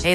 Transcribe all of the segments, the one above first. Hey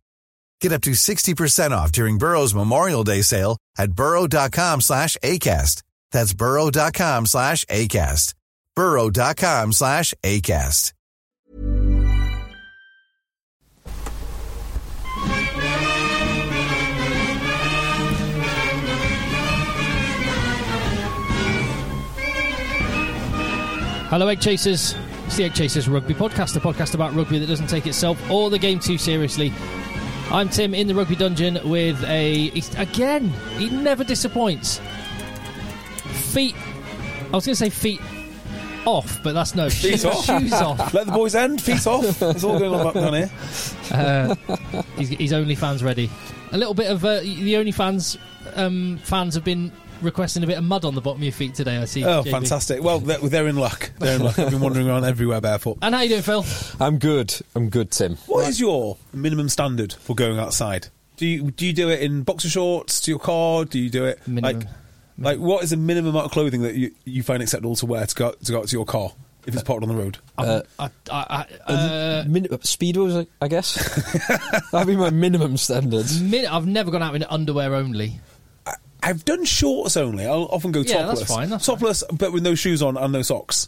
Get up to 60% off during Burrow's Memorial Day sale at burrow.com slash ACAST. That's burrow.com slash ACAST. burrow.com slash ACAST. Hello, Egg Chasers. It's the Egg Chasers Rugby Podcast, the podcast about rugby that doesn't take itself or the game too seriously. I'm Tim in the Rugby Dungeon with a. he's- Again, he never disappoints. Feet. I was going to say feet off, but that's no. Feet off? Shoes off. Let the boys end, feet off. It's all going on back down here. Uh, he's, he's OnlyFans ready. A little bit of. Uh, the OnlyFans um, fans have been requesting a bit of mud on the bottom of your feet today, I see. Oh, JB. fantastic. Well, they're, they're in luck. They're in luck. I've been wandering around everywhere barefoot. And how you doing, Phil? I'm good. I'm good, Tim. What is your minimum standard for going outside? Do you do you do it in boxer shorts to your car? Do you do it Minimum. like like what is the minimum amount of clothing that you, you find acceptable to wear to go to go out to your car if it's parked on the road? I'm- I, I, I, uh, Min- speedos, I- I guess. That'd be my minimum standard. min- I've never gone out in underwear only. I've done shorts only. I'll often go Yeah, topless. that's fine, that's topless, but with no shoes on and no socks.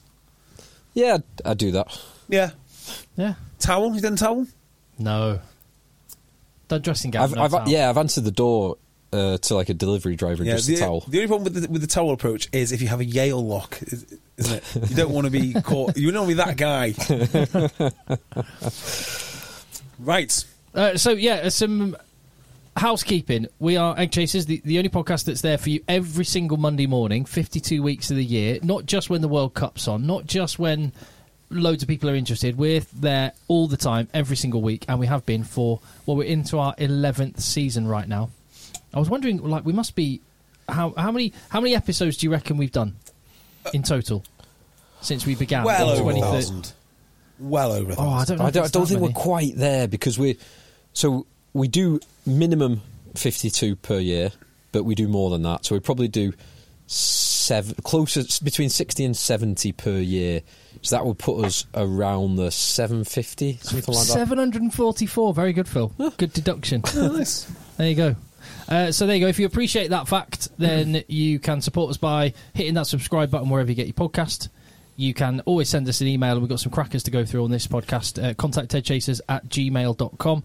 Yeah, I would do that. Yeah, Yeah. towel. You done towel? No. Don't dress in I've, Gavin. I've, yeah, I've answered the door uh, to like a delivery driver and Yeah, just the, a towel. the only problem with the, with the towel approach is if you have a Yale lock, is- isn't it? You don't want to be caught. You don't want to be that guy. right. Uh, so yeah, uh, some housekeeping. We are Egg Chasers, the, the only podcast that's there for you every single Monday morning, fifty-two weeks of the year. Not just when the World Cup's on, not just when loads of people are interested. We're there all the time, every single week, and we have been for well, we're into our eleventh season right now. I was wondering, like, we must be how how many how many episodes do you reckon we've done in total since we began? Well in over a 2013? thousand. Well over a Oh, I thousand. don't. Know I if don't, I it's don't that think many. we're quite there because we so we do minimum 52 per year, but we do more than that. So we probably do seven closer between 60 and 70 per year. So that would put us around the 750 something like that. 744. Very good, Phil. Good deduction. nice. There you go. Uh, so there you go. If you appreciate that fact, then you can support us by hitting that subscribe button wherever you get your podcast. You can always send us an email, and we've got some crackers to go through on this podcast. Uh, contact tedchasers at gmail.com.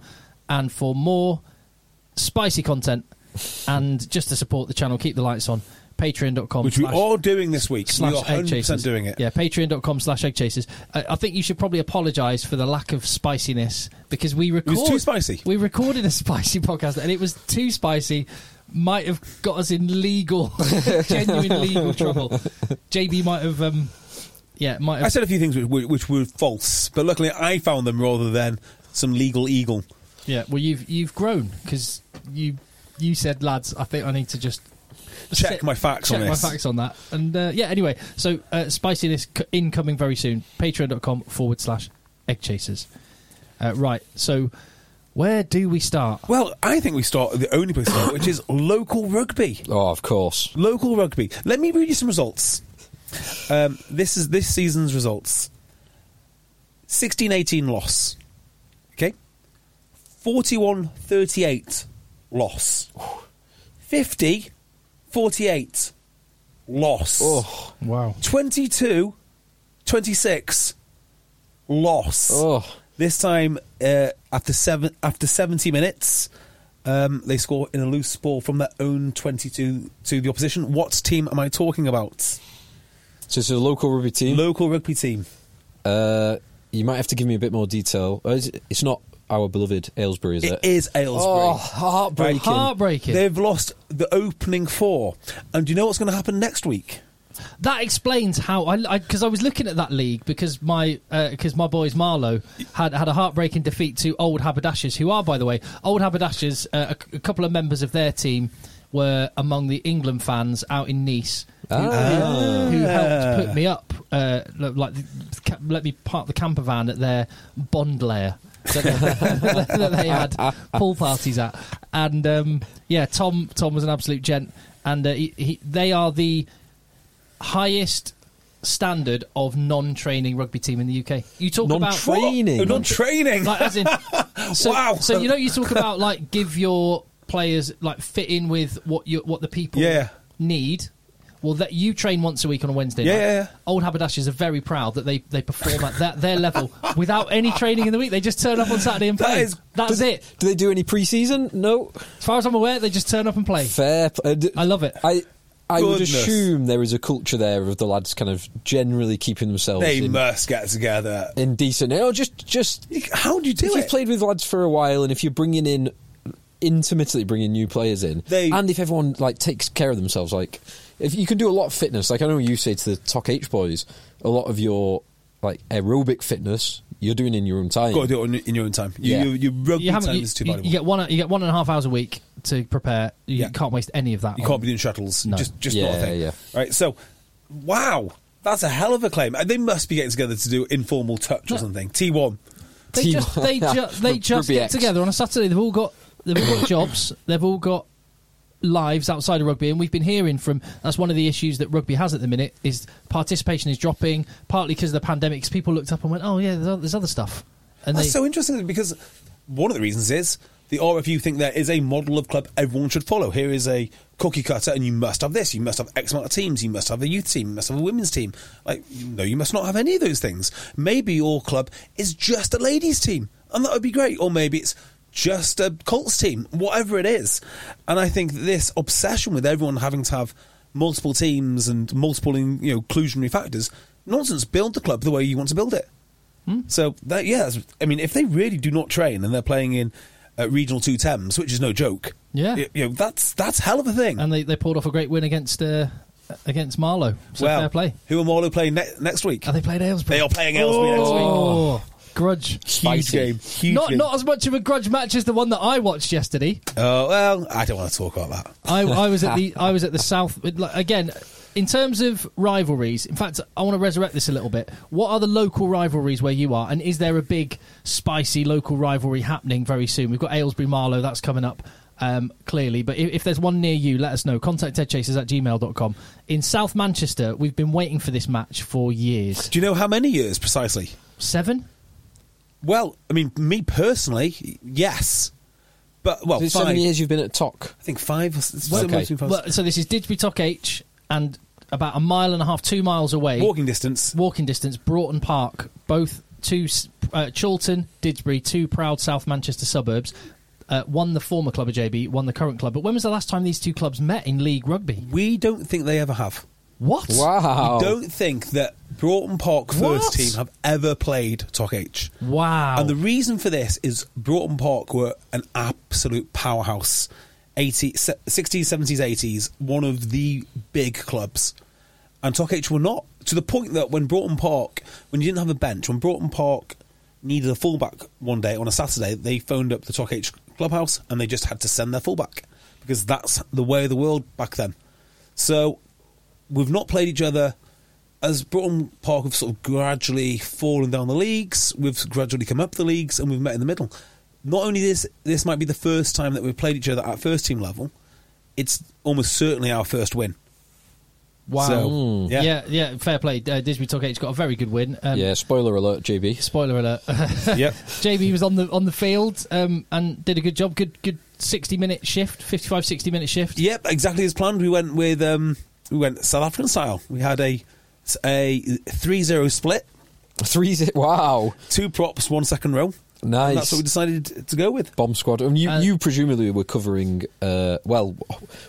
And for more spicy content and just to support the channel, keep the lights on, patreon.com. Which we slash- are doing this week. We slash are egg 100 chasers. percent doing it. Yeah, patreon.com slash egg chasers. I, I think you should probably apologise for the lack of spiciness because we It record, was too spicy. we recorded a spicy podcast and it was too spicy. Might have got us in legal, genuine legal trouble. JB might have, um, yeah, might I have. said a few things which, were- which were false, but luckily I found them rather than some legal eagle. Yeah, well, you've you've grown because you you said, lads, I think I need to just Check sit- my facts check on my this. facts on that. And uh, yeah, anyway, so uh, spiciness c- incoming very soon. Patreon.com forward slash egg chasers. Uh, right, so where do we start? Well, I think we start at the only place to start, which is local rugby. Oh, of course. Local rugby. Let me read you some results. Um, this is this season's results. 16-18 loss. Okay? 41-38 loss. 50-48 loss. Oh, Wow. 22-26 loss. oh. This time uh, after seven after 70 minutes Um, they score in a loose ball from their own 22 to the opposition. What team am I talking about? So it's a local rugby team. Local rugby team. Uh, you might have to give me a bit more detail. Uh, is it- It's not our beloved Aylesbury, is it? It is Aylesbury. Oh, heartbreaking. Heartbreaking. They've lost the opening four. And do you know what's going to happen next week? That explains how I because I, was looking at that league because my because my boys Marlow had had a heartbreaking defeat to Old Haberdashers, who are by the way Old Haberdashers. Uh, a, a couple of members of their team were among the England fans out in Nice. Who, Ah. who helped put me up, uh, lo- like the- ca- let me park the camper van at their bond lair that they, that they had pool parties at, and um, yeah, Tom Tom was an absolute gent, and uh, he, he, they are the highest standard of non-training rugby team in the UK. You talk about Non-training. Oh, not training. like as in so, Wow. So you know you talk about like give your players like fit in with what you what the people Yeah. need. Well, that you train once a week on a Wednesday. Yeah, night. yeah, yeah. Old haberdashers are very proud that they, they perform at that, their level without any training in the week. They just turn up on Saturday and That play. is- That's Do- it. Do they do any preseason? No. As far as I'm aware, they just turn up and play. Fair. pl- uh, d- I love it. I I would Goodness. assume there is a culture there of the lads kind of generally keeping themselves they in, must get together. in decent. You know, just just You- How do you do if you've it? played with lads for a while, and if you're bringing in intermittently bringing new players in, They- and if everyone like takes care of themselves, like if you can do a lot of fitness, like I know you say to the Talk H boys, a lot of your like aerobic fitness you're doing in your own time. Got to do it in- in your own time. You, Yeah. you, your rugby you time haven't. You, is too you- valuable. you get one. You get one and a half hours a week to prepare. You Yeah. can't waste any of that. You on- can't be doing shuttles. No. Just, just Yeah, not a thing. yeah. Right. So, wow, that's a hell of a claim. And They must be getting together to do informal touch or No. something. T one. They Team- just they, ju- they Rugby just get X. together on a Saturday. They've all got they've all got jobs. They've all got lives outside of rugby, and we've been hearing from that's one of the issues that rugby has at the minute is participation is dropping, partly because of the pandemics. People looked up and went, "Oh yeah, there's, o- there's other stuff," and That's they, so interesting because one of the reasons is the RFU think there is a model of club everyone should follow. Here is a cookie cutter, and you must have this. You must have X amount of teams. You must have a youth team. You must have a women's team. Like, no, you must not have any of those things. Maybe your club is just a ladies' team, and that would be great. Or maybe it's just a Colts team, whatever it is. And I think this obsession with everyone having to have multiple teams and multiple, you know, inclusionary factors nonsense. Build the club the way you want to build it. So that yeah, that's, I mean, if they really do not train and they're playing in uh, regional two Thames, which is no joke. Yeah. y- you know that's that's hell of a thing. and they, they pulled off a great win against uh, against Marlow. So well, fair play. who are Marlow playing ne- next week? Are they played Aylesbury? They are playing Aylesbury next week. Oh, grudge. Huge Spicy. game. Huge Not game. not as much of a grudge match as the one that I watched yesterday. Oh well, I don't want to talk about that. I, I was at the I was at the south like, again. In terms of rivalries, in fact, I want to resurrect this a little bit. What are the local rivalries where you are, and is there a big spicy local rivalry happening very soon? We've got Aylesbury Marlow that's coming up. Um, clearly, but if, if there's one near you, let us know. Contact tedchasers at gmail.com. In South Manchester, we've been waiting for this match for years. Do you know how many years precisely? Seven? Well, I mean, me personally, y- yes, but well, Is it five. seven years you've been at Talk. I think five. or s- Well, somewhere okay. between five- Well, so this is Didsbury Tock H, and about a mile and a half, two miles away. walking distance. walking distance, Broughton Park, both two uh, Chilton, Didsbury, two proud South Manchester suburbs. Uh, one the former club of JB, one the current club. But when was the last time these two clubs met in league rugby? We don't think they ever have. What? Wow. We don't think that Broughton Park first What? team have ever played Toc H. Wow. And the reason for this is Broughton Park were an absolute powerhouse. 80, se- 60s, 70s, 80s, one of the big clubs. And Toc H were not. To the point that when Broughton Park, when you didn't have a bench, when Broughton Park needed a fullback one day on a Saturday, they phoned up the Toc H clubhouse and they just had to send their fullback because that's the way of the world back then. So we've not played each other as Broughton Park have sort of gradually fallen down the leagues, we've gradually come up the leagues, and we've met in the middle. Not only this, this might be the first time that we've played each other at first team level. It's almost certainly our first win. wow. So, yeah. yeah. yeah, fair play. Uh, Didsbury Tock H got a very good win. Um, yeah. Spoiler alert, JB. Spoiler alert. Yep. JB was on the on the field um, and did a good job. Good good 60 minute shift, 55 60 minute shift. Yep, exactly as planned. We went with um, we went South African style. We had a a 3-0 split, Three. zi- Wow. two props, one second row. Nice. And that's what we decided to go with. Bomb Squad. And you, Uh, you presumably were covering, uh, well,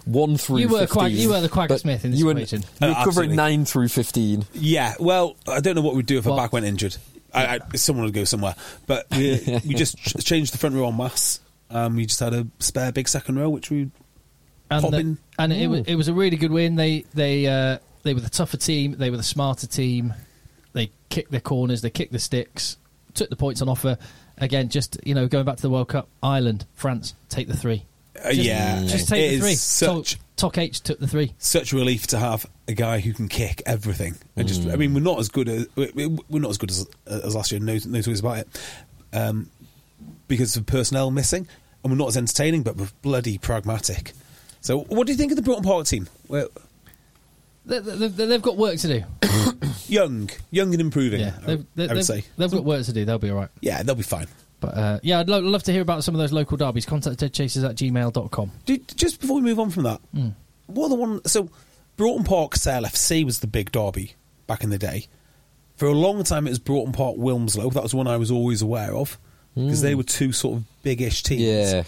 one through. You were 15, quag- you were the Quagga but Smith in this you were, equation. You were Oh, covering absolutely. nine through fifteen. Yeah, well, I don't know what we'd do if Well- our back went injured. I, I, someone would go somewhere, but we, we just ch- changed the front row en masse. Um, we just had a spare big second row, which we and, Popping. the- and it, was, it was a really good win. They they uh, they were the tougher team. They were the smarter team. They kicked their corners. They kicked the sticks. Took the points on offer. Again, just you know, going back to the World Cup, Ireland, France, take the three. Uh, Just- yeah, just take It the is three. Such Toc H took the three. such a relief to have a guy who can kick everything. And just, I Mm. mean, we're not as good as we- we- we're not as good as, as last year. No, no two ways about it. Um, because of personnel missing, and we're not as entertaining, but we're bloody pragmatic. So, what do you think of the Broughton Park team? We're They, have got work to do. young, young and improving. Yeah, I, they've, would- I would they've- say. they've got work to do. They'll be all right. Yeah, they'll be fine. But uh, yeah, I'd lo- love to hear about some of those local derbies. Contact deadchasers at gmail.com. Dude, just before we move on from that, Hmm. what are the one? So, Broughton Park Sale FC was the big derby back in the day. For a long time, it was Broughton Park Wilmslow. That was one I was always aware of because Hmm. they were two sort of big-ish teams. Yeah,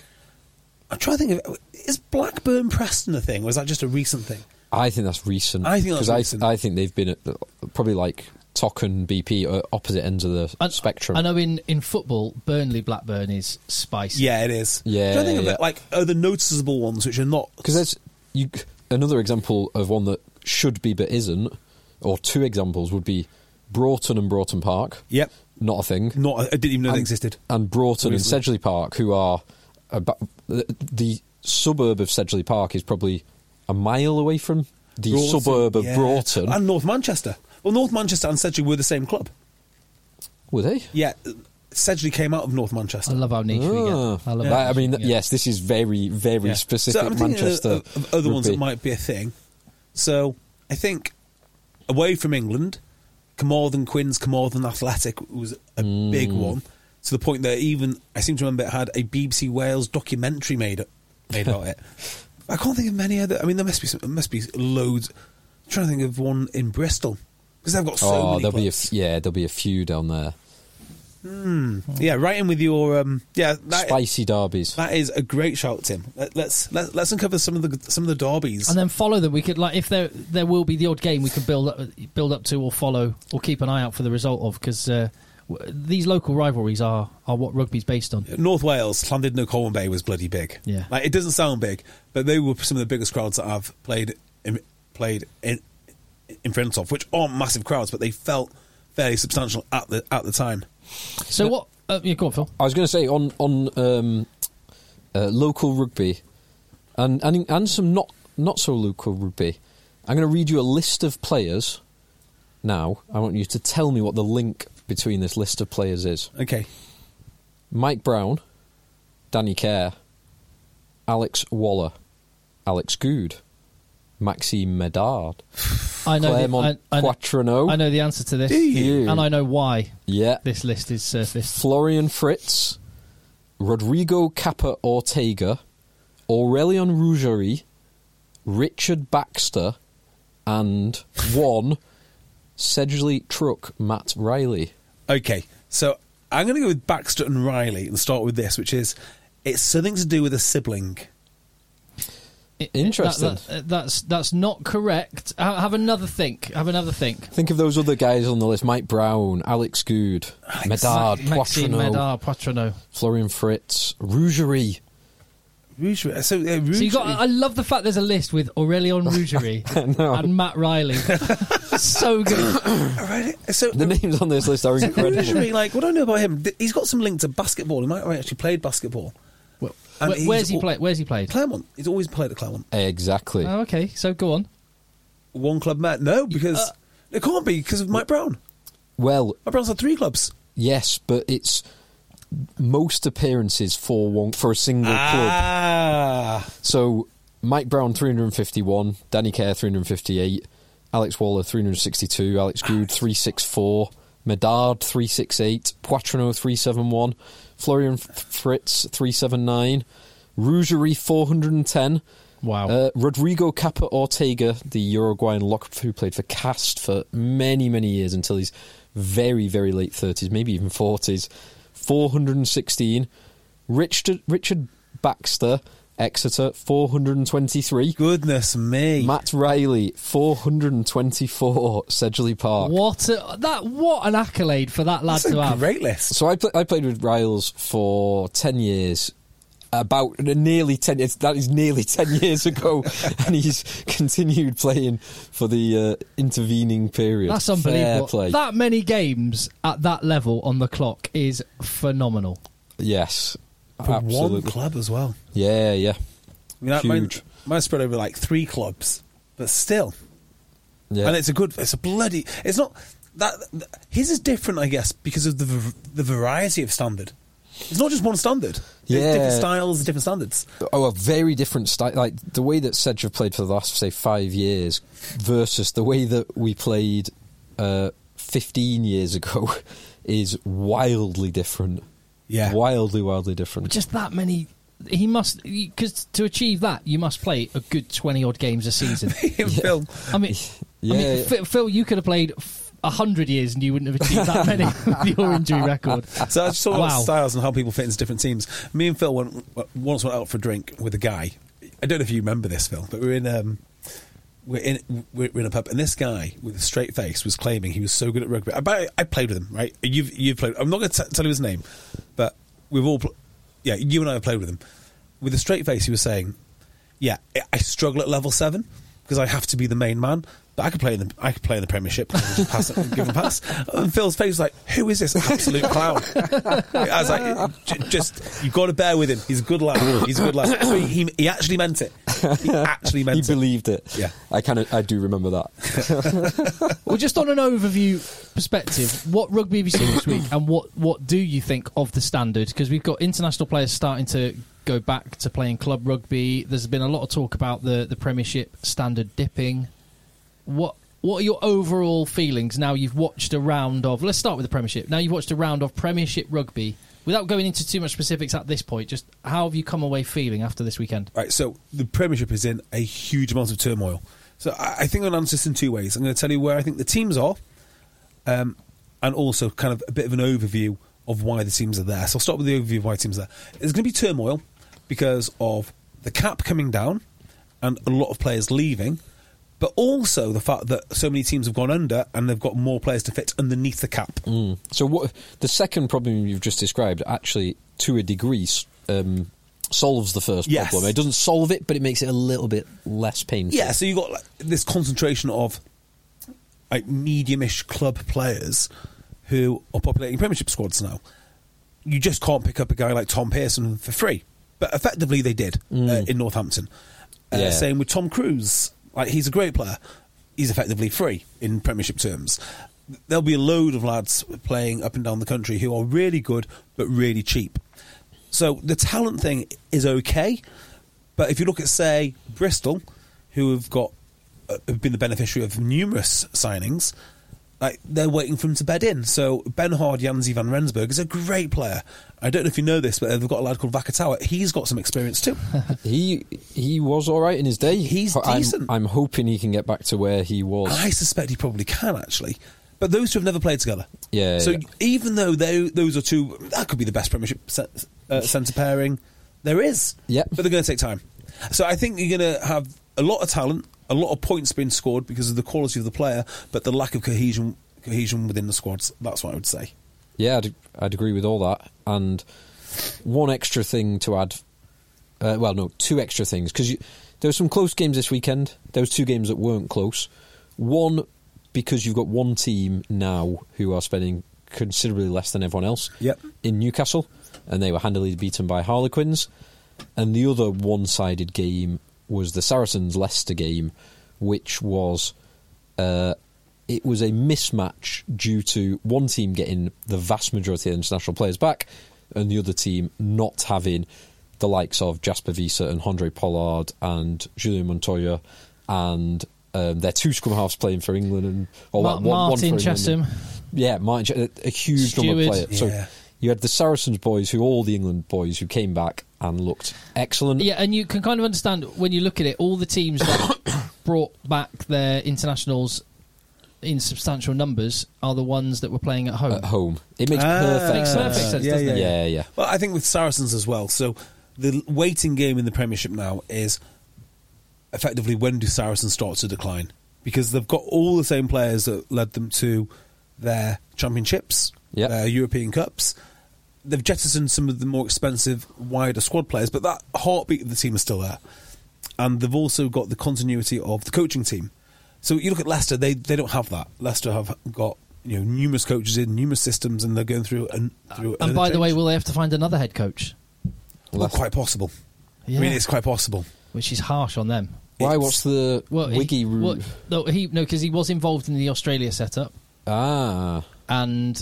I'm trying to think of is Blackburn Preston a thing, or is that just a recent thing? I think that's recent. I think that's 'Cause recent. I, I think they've been at the, probably like Tok and BP are opposite ends of the uh, I- spectrum. I know in, in football, Burnley Blackburn is spicy. Yeah, it is. Yeah, trying to think of yeah. it, like are the noticeable ones which are not Because there's you, another example of one that should be but isn't, or two examples would be Broughton and Broughton Park. Yep. Not a thing. not. I didn't even know they and- existed. And Broughton and Obviously. Sedgley Park, who are about, the, the suburb of Sedgley Park, is probably a mile away from the Broughton, suburb of yeah. Broughton. and North Manchester. Well, North Manchester and Sedgley were the same club. Were they? Yeah, Sedgley came out of North Manchester. I love how niche we get. Ah. I That- love. how I niche mean, we get. yes, this is very, very Yeah. specific so I'm thinking of- Manchester. of, of other ones that rugby. might be a thing. So I think away from England, Carmarthen Quins, Carmarthen Athletic was a Mm. big one. To the point that even I seem to remember it had a BBC Wales documentary made made about it. I can't think of many other. I mean, there must be some, there must be loads. I'm trying to think of one in Bristol because they've got so oh, many. there'll be a clubs. f- yeah, there'll be a few down there. yeah, right in with your um, yeah. That, Spicy derbies. that is a great shout, Tim. Let, let's let, let's uncover some of the some of the derbies. And then follow them. We could like if there there will be the odd game we can build up build up to or follow or keep an eye out for the result of because uh, w- these local rivalries are are what rugby's based on. North Wales, Llandudno Colwyn Bay was bloody big. Yeah. like it doesn't sound big, but they were some of the biggest crowds that I've played in, played in in front of, which aren't massive crowds, but they felt fairly substantial at the at the time. So what? Uh, yeah, go on, Phil. I was going to say on on um, uh, local rugby, and, and and some not not so local rugby. I'm going to read you a list of players. Now, I want you to tell me what the link between this list of players is. Okay, Mike Brown, Danny Kerr, Alex Waller, Alex Good, Maxime Medard, I know. Claremont the, I, I, Quattrano. I know the answer to this, Do oh. you? and I know why yeah, this list is surfaced. Florian Fritz, Rodrigo Capa Ortega, Aurelian Rougerie, Richard Baxter, and one Sedgley Truck Matt Riley. okay, so I'm going to go with Baxter and Riley and start with this, which is it's something to do with a sibling. It- it- Interesting. that- that- that's that's not correct. Ha- Have another think. Have another think. Think of those other guys on the list: Mike Brown, Alex Good, Medard, Ma- Maxime Poitrino, Medard, oh. Poitrino. Florian Fritz, Rougerie. Rougerie, so, uh, So you Rougerie- got. I love the fact there's a list with Aurelion Rougerie and Matt Riley. so good. All right, so The names on this list are incredible. Rougerie, like what do I know about him? Th- He's got some link to basketball. He might have actually played basketball. Well, And where- he's where's he al- played? Where's he played? Claremont. He's always played at Claremont. exactly. Oh, okay. So go on. one club man. No, because uh, it can't be because of Mike Brown. Well, Mike Brown's had three clubs. Yes, but it's most appearances for one for a single club. Ah, So Mike Brown 351, Danny Kerr 358, Alex Waller 362, Alex Good 364, Medard 368, Poitrino 371, Florian F- Fritz 379, Rougerie 410. Wow. Uh, Rodrigo Capa Ortega, the Uruguayan lock who played for Cast for many, many years until his very, very late 30s, maybe even 40s, 416. Richard Richard Baxter, Exeter, 423. Goodness me. Matt Riley, 424, Sedgley Park. What a, that? What an accolade for that lad That's to a have. great list. So I, pl- I played with Riles for 10 years. About nearly 10 years, that is nearly 10 years ago, and he's continued playing for the uh, intervening period. That's Fair unbelievable. play. That many games at that level on the clock is phenomenal. yes. For one absolutely. club as well. Yeah, yeah. I mean, that- mine- Huge. Mine spread over like three clubs, but still. yeah. And it's a good, it's a bloody, it's not, that, th- his is different, I guess, because of the, v- the variety of standard. It's not just one standard. There's different Yeah. styles, different standards. oh, a very different style. Like the way that Sedge have played for the last, say, five years versus the way that we played uh, 15 years ago is wildly different. Yeah. Wildly, wildly different. Just that many. He must because to achieve that you must play a good twenty odd games a season. Phil, I mean, I mean, Yeah. Ph- Phil, you could have played f- a hundred years and you wouldn't have achieved that many with your injury record. So I just Oh, saw Wow. styles and how people fit into different teams. Me and Phil went once went out for a drink with a guy. I don't know if you remember this, Phil, but we were in um, we're in we're in a pub, and this guy with a straight face was claiming he was so good at rugby. I, but I played with him, right? You've you've played. I'm not going to tell you his name, but we've all, pl- yeah, you and I have played with him. With a straight face, he was saying, "Yeah, I- I struggle at level seven because I have to be the main man." But I could play in the I could play in the Premiership. and Just pass it, and give him a pass. And Phil's face was like, "Who is this absolute clown?" I was like, j- "Just you've got to bear with him. He's a good lad. He's a good lad." So he, he actually meant it. He actually meant He it. believed it. Yeah. I kind of, I do remember that. Well, just on an overview perspective, what rugby have you seen this week, and what what do you think of the standard? Because we've got international players starting to go back to playing club rugby. There's been a lot of talk about the the Premiership standard dipping. What what are your overall feelings now? You've watched a round of. Let's start with the Premiership. Now you've watched a round of Premiership rugby. Without going into too much specifics at this point, just how have you come away feeling after this weekend? Right, so the Premiership is in a huge amount of turmoil. So I, I think I'm going to answer this in two ways. I'm going to tell you where I think the teams are, um, and also kind of a bit of an overview of why the teams are there. So I'll start with the overview of why teams are there. There's going to be turmoil because of the cap coming down and a lot of players leaving, but also the fact that so many teams have gone under and they've got more players to fit underneath the cap. Hmm. So what the second problem you've just described actually, to a degree, s- um, solves the first Yes. problem. It doesn't solve it, but it makes it a little bit less painful. Yeah, so you got like, this concentration of like medium-ish club players who are populating Premiership squads now. You just can't pick up a guy like Tom Pearson for free, but effectively they did uh, in Northampton. Uh, Yeah. Same with Tom Cruise. Like he's a great player. He's effectively free in Premiership terms. There'll be a load of lads playing up and down the country who are really good but really cheap. So the talent thing is okay, but if you look at say Bristol, who have got uh, have been the beneficiary of numerous signings, like they're waiting for him to bed in. So Ben Hard Janzi van Rensburg is a great player. I don't know if you know this, but they've got a lad called Vakatawa. He's got some experience too. He he was all right in his day. He's I'm, decent. I'm hoping he can get back to where he was. I suspect he probably can actually. But those two have never played together. Yeah, So yeah. even though they, those are two, that could be the best Premiership se- uh, centre pairing there is. Yep. But they're going to take time. So I think you're going to have a lot of talent, a lot of points being scored because of the quality of the player, but the lack of cohesion cohesion within the squads. That's what I would say. Yeah, I'd, I'd agree with all that. And one extra thing to add, uh, well, no, two extra things because there were some close games this weekend. There was two games that weren't close. One because you've got one team now who are spending considerably less than everyone else. Yep. In Newcastle, and they were handily beaten by Harlequins. And the other one-sided game was the Saracens Leicester game, which was uh, it was a mismatch due to one team getting the vast majority of international players back and the other team not having the likes of Jasper Visa and Andre Pollard and Julian Montoya and um, their two scrum halves playing for England and or Ma- one- one Martin for England. Chesham. Yeah, Martin, Che- a, a huge number of Stewart. players. So Yeah. you had the Saracens boys, who all the England boys, who came back and looked excellent. Yeah, and you can kind of understand when you look at it, all the teams that brought back their internationals in substantial numbers are the ones that were playing at home. at home. It makes Ah, perfect Makes sense. perfect sense, Yeah, doesn't yeah, it? Yeah, yeah. Well, I think with Saracens as well. So the waiting game in the Premiership now is effectively when do Saracens start to decline? Because they've got all the same players that led them to their championships, Yep. their European Cups. They've jettisoned some of the more expensive, wider squad players, but that heartbeat of the team is still there. And they've also got the continuity of the coaching team. So you look at Leicester; they they don't have that. Leicester have got you know numerous coaches in numerous systems, and they're going through and through. And another by the way, change. will they have to find another head coach? Well, Left. quite possible. Yeah. I mean, it's quite possible. Which is harsh on them. Why? It's- What's the Well, he- wiggy route? well, no, he no, because he was involved in the Australia setup, Ah, and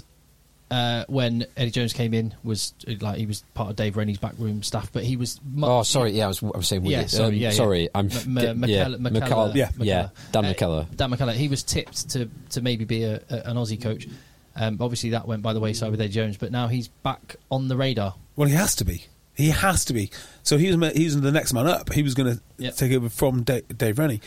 uh, when Eddie Jones came in, was uh, like he was part of Dave Rennie's backroom staff, but he was. mu- oh, sorry. Yeah, I was. I was saying wiggy. Yeah, sorry, Um, yeah, yeah. sorry. I'm. M- get- M- yeah, McCall- McCall- McCall- Yeah. yeah. Dan McCullough. Uh, Dan McCullough. He was tipped to, to maybe be a, a, an Aussie coach. Um, obviously, that went by the wayside with Eddie Jones, but now he's back on the radar. Well, he has to be. He has to be. So he was ma- he was the next man up. He was going to Yep. take over from Da- Dave Rennie.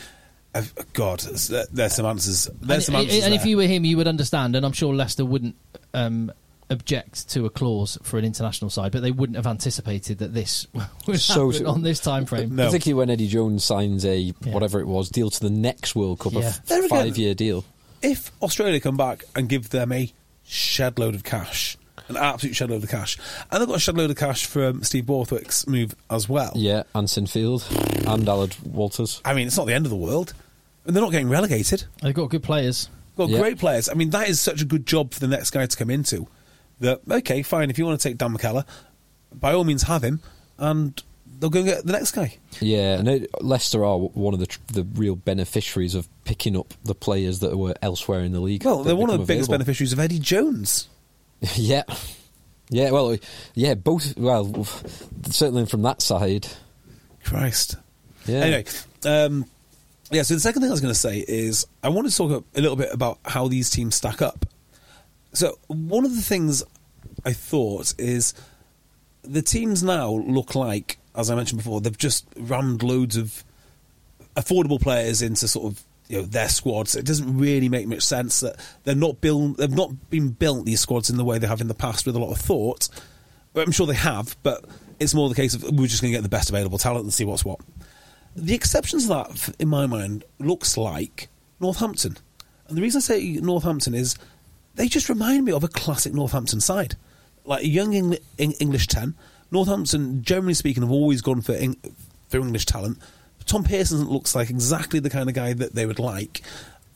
Uh, God, there's- there's some answers. There's some and, answers. and if there. you were him, you would understand, and I'm sure Leicester wouldn't um, object to a clause for an international side, but they wouldn't have anticipated that this would So- happen on this time frame. No. Particularly when Eddie Jones signs a whatever it was deal to the next World Cup, Yeah. a There f- again- five-year deal. if Australia come back and give them a shed load of cash, an absolute shed load of cash, and they've got a shed load of cash from Steve Borthwick's move as well. Yeah, and Sinfield and Allard Walters. I mean, it's not the end of the world, and they're not getting relegated. They've got good players. Got Yeah. great players. I mean, that is such a good job for the next guy to come into. That okay, fine. If you want to take Dan McKellar, by all means have him, and they'll go and get the next guy. Yeah, and it, Leicester are one of the tr- the real beneficiaries of picking up the players that were elsewhere in the league. Well, that they're one of become the biggest available. beneficiaries of Eddie Jones. yeah, yeah. Well, yeah. Both. Well, certainly from that side. Christ. Yeah. Anyway, um, yeah. So the second thing I was going to say is I want to talk a little bit about how these teams stack up. So one of the things I thought is the teams now look like, as I mentioned before, they've just rammed loads of affordable players into sort of you know their squads. It doesn't really make much sense that they're not built. They've not been built these squads in the way they have in the past with a lot of thought. Well, I'm sure they have, but it's more the case of we're just going to get the best available talent and see what's what. The exceptions to that, f- in my mind, looks like Northampton, and the reason I say Northampton is they just remind me of a classic Northampton side, like a young Engli- Eng- English ten. Northampton, generally speaking, have always gone for Eng- for English talent. Tom Pearson looks like exactly the kind of guy that they would like.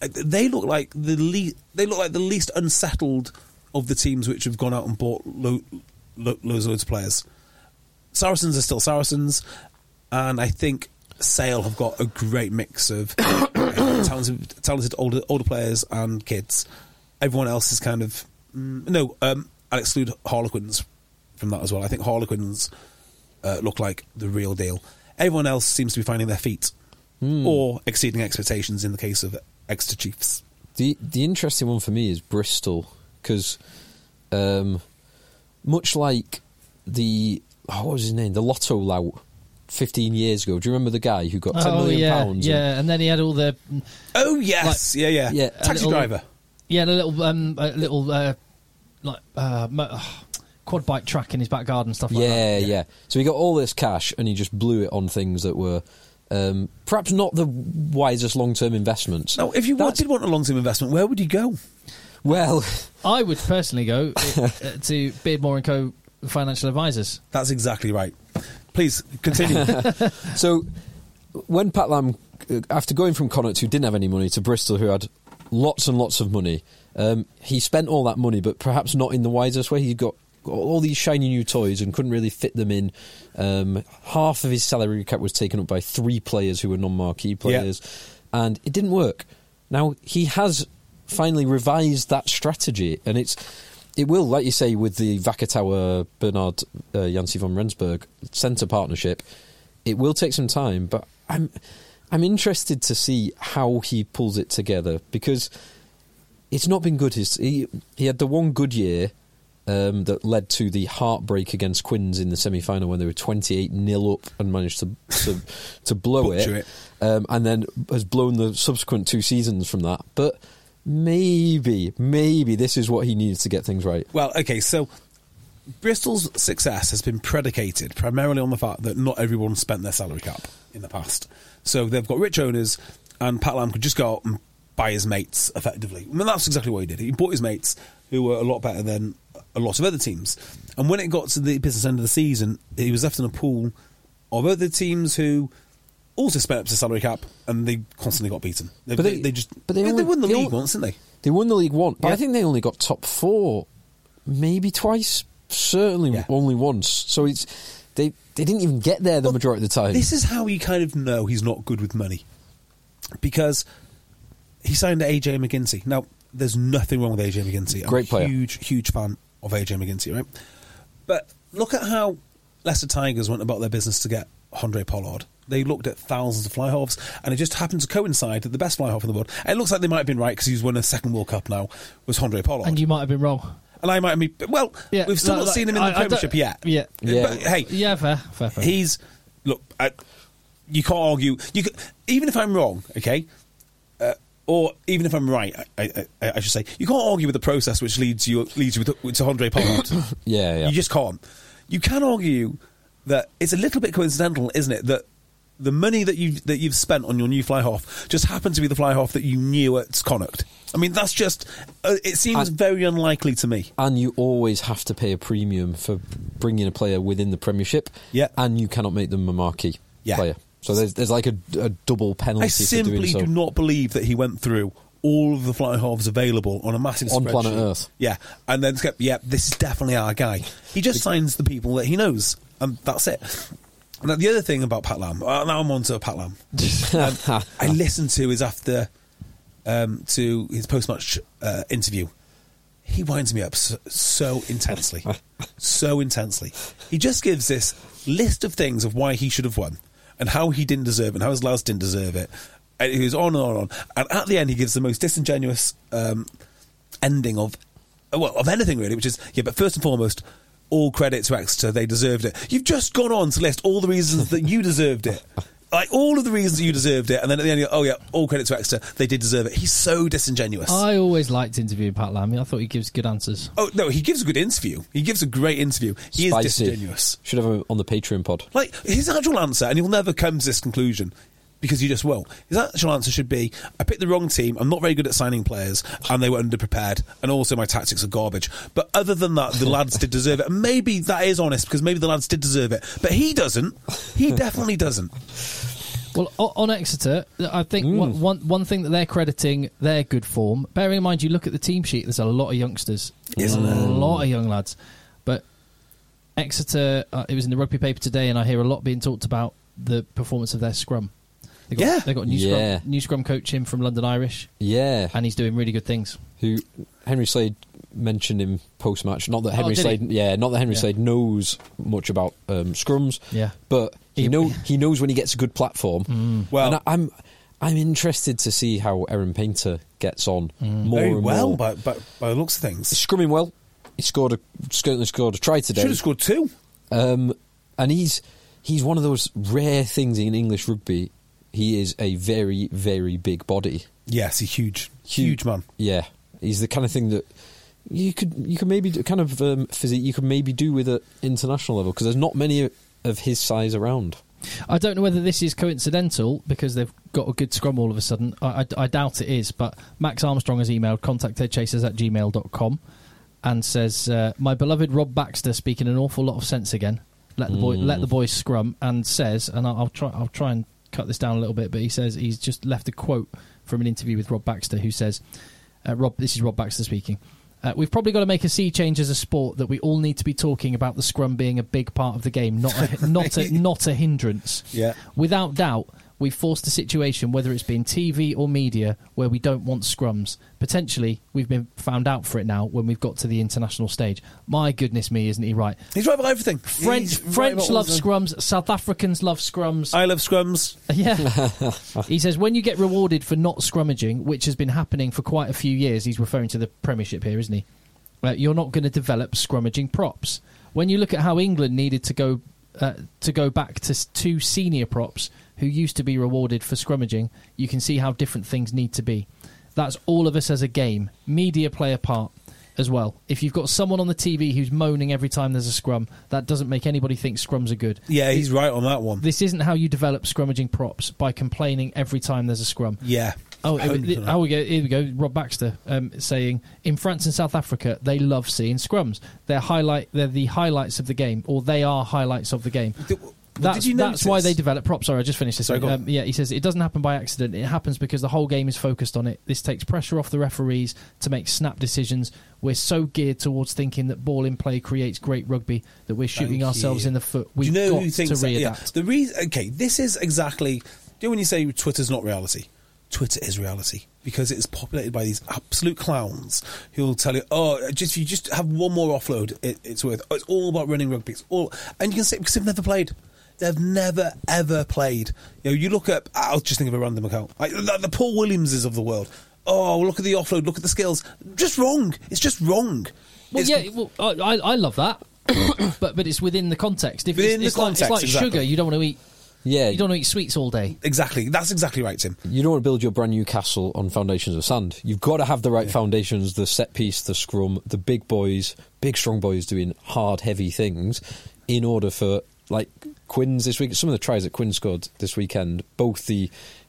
Uh, They look like the le- they look like the least unsettled of the teams which have gone out and bought lo- lo- loads and loads of players. Saracens are still Saracens, and I think Sale have got a great mix of uh, talented, talented older older players and kids. Everyone else is kind of mm, no. Um, I'll exclude Harlequins from that as well. I think Harlequins uh, look like the real deal. Everyone else seems to be finding their feet or exceeding expectations in the case of Exeter Chiefs. The the interesting one for me is Bristol because, um, much like the oh, what was his name, the Lotto Lout, fifteen years ago. Do you remember the guy who got ten oh, million yeah, pounds? and- yeah. And then he had all the Oh yes, yeah, yeah, yeah, a Taxi little- driver. yeah, the little um, uh, little uh, like uh, mo- uh, quad bike track in his back garden stuff like that. yeah, yeah, So he got all this cash and he just blew it on things that were um, perhaps not the wisest long term investments. Now, if you That's- did want a long term investment, where would you go? well, I would personally go uh, to Beardmore and Co. Financial advisors. That's exactly right. Please continue. so when Pat Lam, uh, after going from Connacht, who didn't have any money, to Bristol, who had lots and lots of money, um, he spent all that money, but perhaps not in the wisest way. He got got all these shiny new toys and couldn't really fit them in. Um, half of his salary cap was taken up by three players who were non-marquee players, and it didn't work. Now he has finally revised that strategy, and it's it will, like you say, with the Vakatawa Bernard uh, Jansi von Rensburg centre partnership, it will take some time, but I'm I'm interested to see how he pulls it together because it's not been good. His he he had the one good year um, that led to the heartbreak against Quinns in the semi final when they were twenty eight nil up and managed to to, to blow it, Butcher it. Um, and then has blown the subsequent two seasons from that. But Maybe, maybe this is what he needs to get things right. Well, okay, so Bristol's success has been predicated primarily on the fact that not everyone spent their salary cap in the past. So they've got rich owners, and Pat Lam could just go out and buy his mates effectively. I mean, that's exactly what he did. He bought his mates, who were a lot better than a lot of other teams. And when it got to the business end of the season, he was left in a pool of other teams who also spent up to salary cap, and they constantly got beaten. They, But they, they- they just but they they, only- won the they league only- once, didn't they? They won the league once, but Yeah. I think they only got top four, maybe twice, certainly Yeah. only once. So it's they they didn't even get there the Well, majority of the time. This is how you kind of know he's not good with money because he signed AJ McGinty. Now, there's nothing wrong with AJ McGinty. I'm Great a player. Huge, huge fan of AJ McGinty, right? But look at how Leicester Tigers went about their business to get Andre Pollard. They looked at thousands of fly halves, and it just happened to coincide that the best fly half in the world, and it looks like they might have been right because he's won a second World Cup now, was Andre Pollard. And you might have been wrong. And I might have been, well, Yeah, we've still like- not seen him in I- the I don't- Premiership yet. yeah. Yeah. But hey, Yeah, fair, fair, fair. he's look. I, you can't argue. You c even if I'm wrong, okay, uh, or even if I'm right, I, I, I, I should say you can't argue with the process which leads you leads you with, to Andre Pollard. Yeah, yeah. You just can't. You can argue that it's a little bit coincidental, isn't it? That the money that you that you've spent on your new fly half just happened to be the fly half that you knew at Connacht. I mean, that's just. Uh, it seems I- very unlikely to me. and you always have to pay a premium for bringing a player within the Premiership. Yeah. and you cannot make them a marquee Yeah. player. So there's there's like a, a double penalty I for doing simply so. do not believe that he went through all of the flying halves available on a massive On planet spreadsheet. Earth. Yeah, and then kept, yeah, this is definitely our guy. He just signs the people that he knows, and that's it. Now the other thing about Pat Lam, uh, now I'm on to Pat Lam. Um, Ah. I listened to his after um, to his post match uh, interview. He winds me up so, so intensely, so intensely. He just gives this list of things of why he should have won and how he didn't deserve it and how his lads didn't deserve it. And he was on and on and on. And at the end, he gives the most disingenuous um, ending of well of anything really, which is yeah. But first and foremost, all credit to Exeter; they deserved it. You've just gone on to list all the reasons that you deserved it, like all of the reasons that you deserved it, and then at the end, you go, oh yeah, all credit to Exeter; they did deserve it. He's so disingenuous. I always liked interviewing Pat Lammy. I thought he gives good answers. oh no, he gives a good interview. He gives a great interview. He Spicy. is disingenuous. Should have him on the Patreon pod. Like his actual answer, and he'll never come to this conclusion. Because you just will. His actual answer should be: I picked the wrong team. I'm not very good at signing players, and they were underprepared, and also my tactics are garbage. But other than that, the lads did deserve it. And maybe that is honest because maybe the lads did deserve it, but he doesn't. He definitely doesn't. Well, o- on Exeter, I think one, one one thing that they're crediting their good form. Bearing in mind, you look at the team sheet. There's a lot of youngsters, Isn't a there? lot of young lads. But Exeter, uh, it was in the rugby paper today, and I hear a lot being talked about the performance of their scrum. They got, Yeah. they got a new Yeah. scrum, new scrum coach in from London Irish, Yeah, and he's doing really good things. who Henry Slade mentioned him post match. Not that Oh, Henry did Slade, yeah, not that Henry Yeah. Slade knows much about um, scrums. Yeah. but he, He- know he knows when he gets a good platform. Mm. Well- and I, I'm I'm interested to see how Aaron Painter gets on more Mm. Very and well, more. by, by, by the looks of things, He's scrumming well. He scored a certainly scored a try today. should have scored two. Um, and he's he's one of those rare things in English rugby. He is a very very big body. Yes, he's huge, huge man. Yeah, he's the kind of thing that you could you could maybe do, kind of um, physique you could maybe do with at international level because there's not many of his size around. I don't know whether this is coincidental because they've got a good scrum all of a sudden. I, I, I doubt it is, but Max Armstrong has emailed contactheadchasers at gmail.com and says, uh, My beloved Rob Baxter speaking an awful lot of sense again. Let the boy, let the boys scrum, and says, and I'll, I'll try, I'll try and cut this down a little bit. But he says he's just left a quote from an interview with Rob Baxter, who says, uh, "Rob, this is Rob Baxter speaking. Uh, we've probably got to make a sea change as a sport that we all need to be talking about the scrum being a big part of the game, not a, not a, not a hindrance. Yeah. Without doubt, we've forced a situation, whether it's been TV or media, where we don't want scrums. Potentially, we've been found out for it now when we've got to the international stage. My goodness me, isn't he right? He's right about everything. French He's right French about all love of them. scrums. South Africans love scrums. I love scrums. Yeah. he says, when you get rewarded for not scrummaging, which has been happening for quite a few years, he's referring to the Premiership here, isn't he? Uh, you're not going to develop scrummaging props. When you look at how England needed to go uh, to go back to s- two senior props who used to be rewarded for scrummaging, you can see how different things need to be. That's all of us as a game. Media play a part as well. If you've got someone on the TV who's moaning every time there's a scrum, that doesn't make anybody think scrums are good. Yeah, he's right on that one. This isn't how you develop scrummaging props by complaining every time there's a scrum. Yeah. Oh, here we, 100%. oh, we go. Here we go. Rob Baxter um, saying in France and South Africa they love seeing scrums. They're highlight. They're the highlights of the game, or they are highlights of the game. Did- well, That's, did you that's notice- why they develop props. Sorry, I just finished this. Sorry, go on. um, yeah, he says it doesn't happen by accident. It happens because the whole game is focused on it. This takes pressure off the referees to make snap decisions. We're so geared towards thinking that ball in play creates great rugby that we're shooting Thank ourselves you. in the foot. Do We've you know got who thinks to that- readapt. yeah, the reason, okay, this is exactly. Do you know when you say Twitter's not reality? Twitter is reality because it is populated by these absolute clowns who will tell you, "Oh, just if you just have one more offload, it, it's worth." Oh, it's all about running rugby. It's all, and you can say because they've never played. They've never ever played. You know, you look at. I'll just think of a random account, like the, the Paul Williamses of the world. Oh, look at the offload. Look at the skills. Just wrong. It's just wrong. Well, It's- yeah, well, I, I- I love that, but but it's within the context. If Within it's, the it's like, it's context, like exactly. sugar. You don't want to eat. Yeah, You don't want to eat sweets all day. exactly. That's exactly right, Tim. you don't want to build your brand new castle on foundations of sand. You've got to have the right foundations, the set piece, the scrum, the big boys, big strong boys doing hard, heavy things in order for, like, Quinn's this week. Some of the tries that Quinn scored this weekend, both the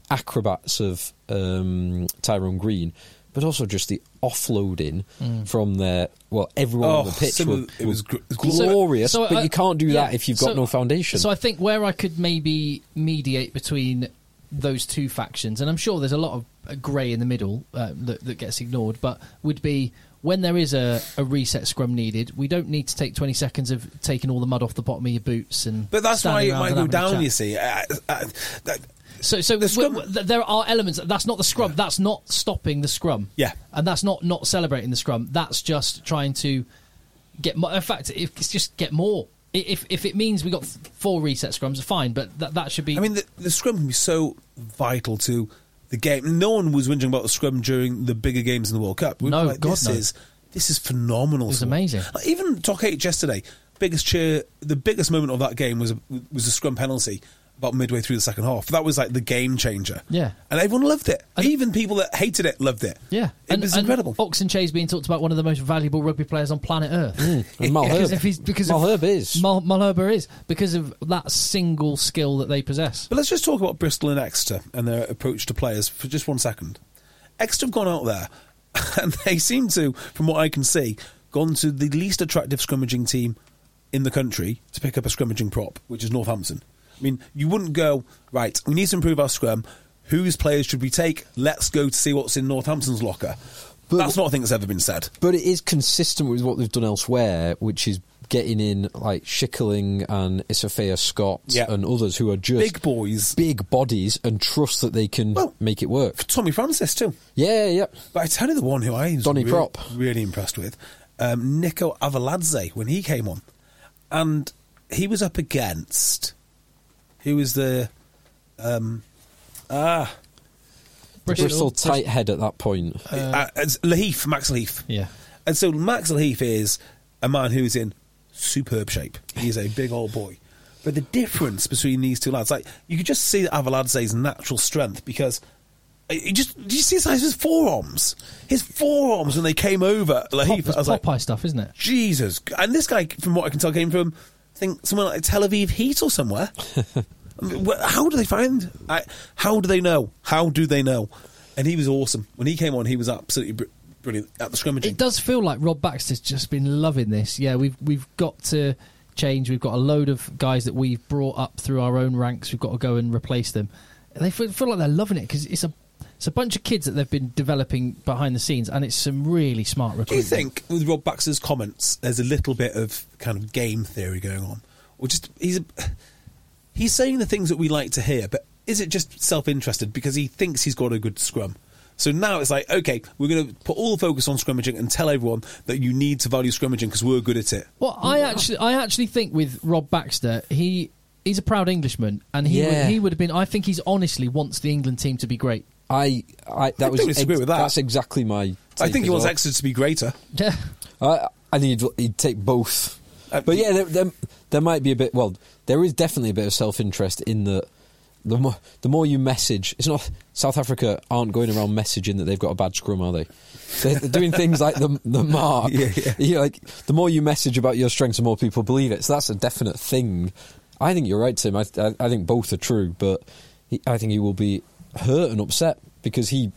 acrobats of um, Tyrone Green, but also just the offloading from their, well, everyone on the Mm. Oh, pitch some were, of- it was gr- were glorious, So- so but I- you can't do yeah, that if you've got so- no foundation. So I think where I could maybe mediate between those two factions, and I'm sure there's a lot of uh, grey in the middle uh, that, that gets ignored, but would be when there is a, a reset scrum needed, we don't need to take 20 seconds of taking all the mud off the bottom of your boots and. But that's why standing it around might and go down. having a chat. You see, uh, uh, that- So, so The w- scrum- w- th- there are elements. That's not the scrum. That's not stopping the scrum. Yeah. and that's not not celebrating the scrum. That's just trying to get. More, in fact, if, it's just get more. I- If if it means we got f- four reset scrums, fine. But that that should be. I mean, the, the scrum can be so vital to the game. No one was whinging about the scrum during the bigger games in the World Cup. We No, were like, God, this no. is this is phenomenal. It was amazing. Like, even Talk Eight yesterday, biggest cheer, the biggest moment of that game was was the scrum penalty about midway through the second half. That was like the game changer. Yeah. and everyone loved it. And- even people that hated it loved it. yeah, it was incredible. Oxen Chase being talked about one of the most valuable rugby players on planet Earth. and Malherbe. Because if he's because of- Malherbe is. Mal, Malherbe is because of that single skill that they possess. But let's just talk about Bristol and Exeter and their approach to players for just one second. Exeter have gone out there and they seem to, from what I can see, gone to the least attractive scrummaging team in the country to pick up a scrummaging prop, which is Northampton. I mean, you wouldn't go, right, we need to improve our scrum. Whose players should we take? Let's go to see what's in Northampton's locker. That's not a thing that's ever been said. But it is consistent with what they've done elsewhere, which is getting in like Schickling and Isofia Scott Yeah. and others who are just Big boys. big bodies, and trust that they can Well- make it work. Tommy Francis, too. Yeah, yeah. But I tell you the one who I was Donny rea- Prop. really impressed with, um, Nico Avaladze when he came on, and he was up against who was the um, ah Bristol tight head at that point. uh, it's Leaf Max Leaf, Yeah. and so Max Leaf is a man who is in superb shape. He is a big old boy. But the difference between these two lads, like you could just see Avaladze's natural strength because uh, you just did you see the size of his forearms? His forearms when they came over Leaf, Pop, I was like, Popeye stuff, isn't it? Jesus. And this guy, from what I can tell, came from I think somewhere like Tel Aviv Heat or somewhere. I mean, wh- how do they find? I, how do they know? How do they know? And he was awesome when he came on. He was absolutely br- brilliant at the scrimmaging. It does feel like Rob Baxter's just been loving this. Yeah, we've we've got to change. We've got a load of guys that we've brought up through our own ranks. We've got to go and replace them. They feel, feel like they're loving it because it's a it's a bunch of kids that they've been developing behind the scenes, and it's some really smart Do you recruitment. think with Rob Baxter's comments, there's a little bit of kind of game theory going on, or just he's a, he's saying the things that we like to hear, but is it just self-interested because he thinks he's got a good scrum? So now it's like, okay, we're going to put all the focus on scrummaging and tell everyone that you need to value scrummaging because we're good at it. Well, I actually, I actually think with Rob Baxter, he he's a proud Englishman, and he Yeah. would, he would have been. I think he's honestly wants the England team to be great. I, I that I was don't disagree with that. That's exactly my. I take think he as wants well. Exeter to be greater. Yeah, I, I think he'd, he'd take both. Uh, but yeah, there, there, there might be a bit. Well, there is definitely a bit of self interest in that the more the more you message, it's not South Africa aren't going around messaging that they've got a bad scrum, are they? They're, they're doing things like the the mark. Yeah, yeah. You're like the more you message about your strengths, the more people believe it. So that's a definite thing. I think you're right, Tim. I I, I think both are true, but he, I think he will be hurt and upset because he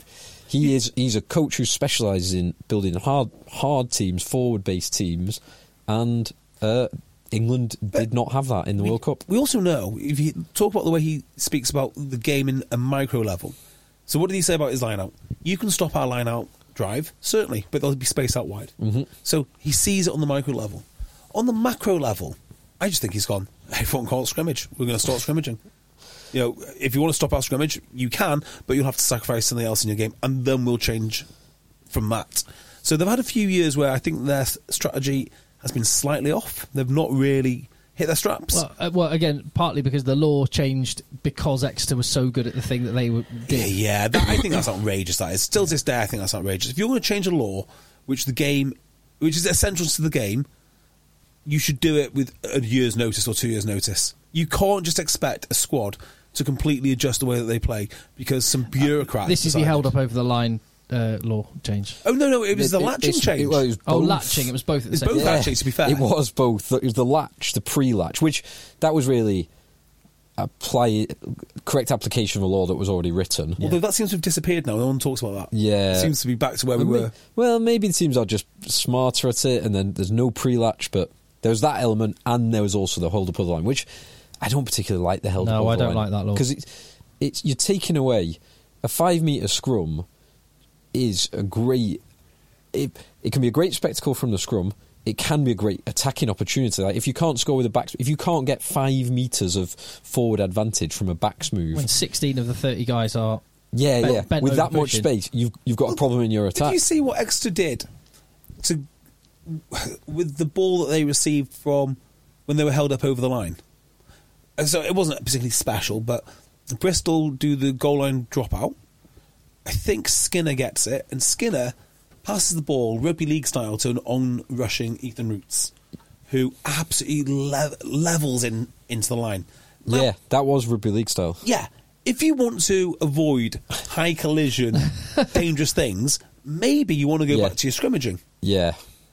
he is he's a coach who specialises in building hard hard teams, forward based teams, and uh, England did not have that in the World Cup. We also know if you talk about the way he speaks about the game in a micro level. So what did he say about his line out? You can stop our line out drive certainly, but there'll be space out wide. Mm-hmm. So he sees it on the micro level. On the macro level, I just think he's gone. Everyone call it scrimmage. We're going to start scrimmaging. You know, if you want to stop our scrimmage, you can, but you'll have to sacrifice something else in your game, and then we'll change from that. So they've had a few years where I think their s- strategy has been slightly off. They've not really hit their straps. Well, uh, well, again, partly because the law changed because Exeter was so good at the thing that they were, Yeah, did. yeah. That, I think that's outrageous. That is still to this day. I think that's outrageous. If you're going to change a law, which the game, which is essential to the game, you should do it with a year's notice or two years' notice. You can't just expect a squad to completely adjust the way that they play because some bureaucrat. This is the decided- held up over the line uh, law change. Oh no, no, it was the It- it- latching it's- change. it- well, it was Oh, both. latching. It was both at the It's same both time. Yeah. actually, to be fair. It was both. It was the latch, the pre-latch, which that was really apply correct application of a law that was already written. Although that seems to have disappeared now. No one talks about that. Yeah. it seems to be back to where we Well, may- were. Well, maybe the teams are just smarter at it, and then there's no pre-latch, but there was that element, and there was also the hold up of the line, which I don't particularly like. The held No, up. I don't like that law. because it's, it's you're taking away a five meter scrum is a great. It it can be a great spectacle from the scrum. It can be a great attacking opportunity. Like if you can't score with a back, if you can't get five meters of forward advantage from a backs move, When 16 of the 30 guys are. yeah, bent- yeah, bent with over that much pushing. space, you've you've got a problem in your Did attack. you see what Exeter did to with the ball that they received from when they were held up over the line? And so it wasn't particularly special, but Bristol do the goal line dropout. I think Skinner gets it, and Skinner passes the ball rugby league style to an on-rushing Ethan Roots, who absolutely le- levels in into the line. Now, Yeah, that was rugby league style. yeah. If you want to avoid high collision, dangerous things, maybe you want to go Yeah. back to your scrimmaging. Yeah,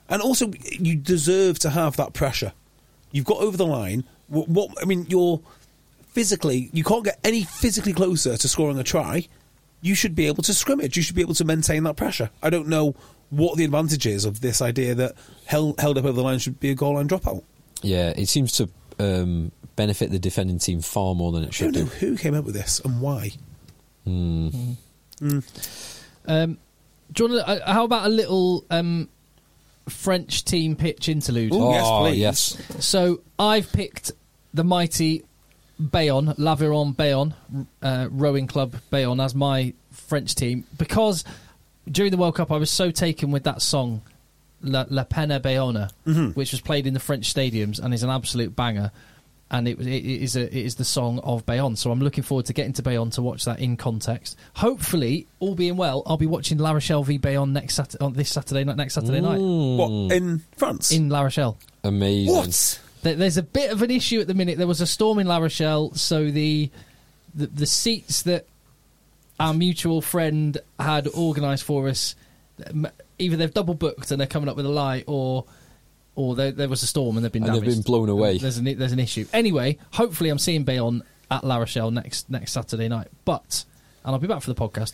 And also, you deserve to have that pressure. You've got over the line. What, what I mean, you're physically, you can't get any physically closer to scoring a try. You should be able to scrimmage. You should be able to maintain that pressure. I don't know what the advantage is of this idea that held, held up over the line should be a goal line dropout. yeah. It seems to um, benefit the defending team far more than it I don't should know do. who came up with this and why. Um, do you want to, uh, how about a little um, French team pitch interlude? Ooh. yes, oh, please. yes. So I've picked the mighty Bayonne, Laviron Bayonne, uh, rowing club Bayonne as my French team because during the World Cup I was so taken with that song La, La Pena Bayonne, which was played in the French stadiums and is an absolute banger. And it, was- it is a, it is the song of Bayonne, so I'm looking forward to getting to Bayonne to watch that in context. Hopefully, all being well, I'll be watching La Rochelle v Bayonne next Sat- on this Saturday night, next Saturday night Hmm. What, in France? in La Rochelle. Amazing. what? There- There's a bit of an issue at the minute. There was a storm in La Rochelle, so the the, the seats that our mutual friend had organised for us, m- either they've double booked and they're coming up with a lie, or or there, there was a storm and they've been And they've damaged. been blown away. There's an there's an issue. Anyway, hopefully I'm seeing Bayonne at La Rochelle next next Saturday night. But and I'll be back for the podcast.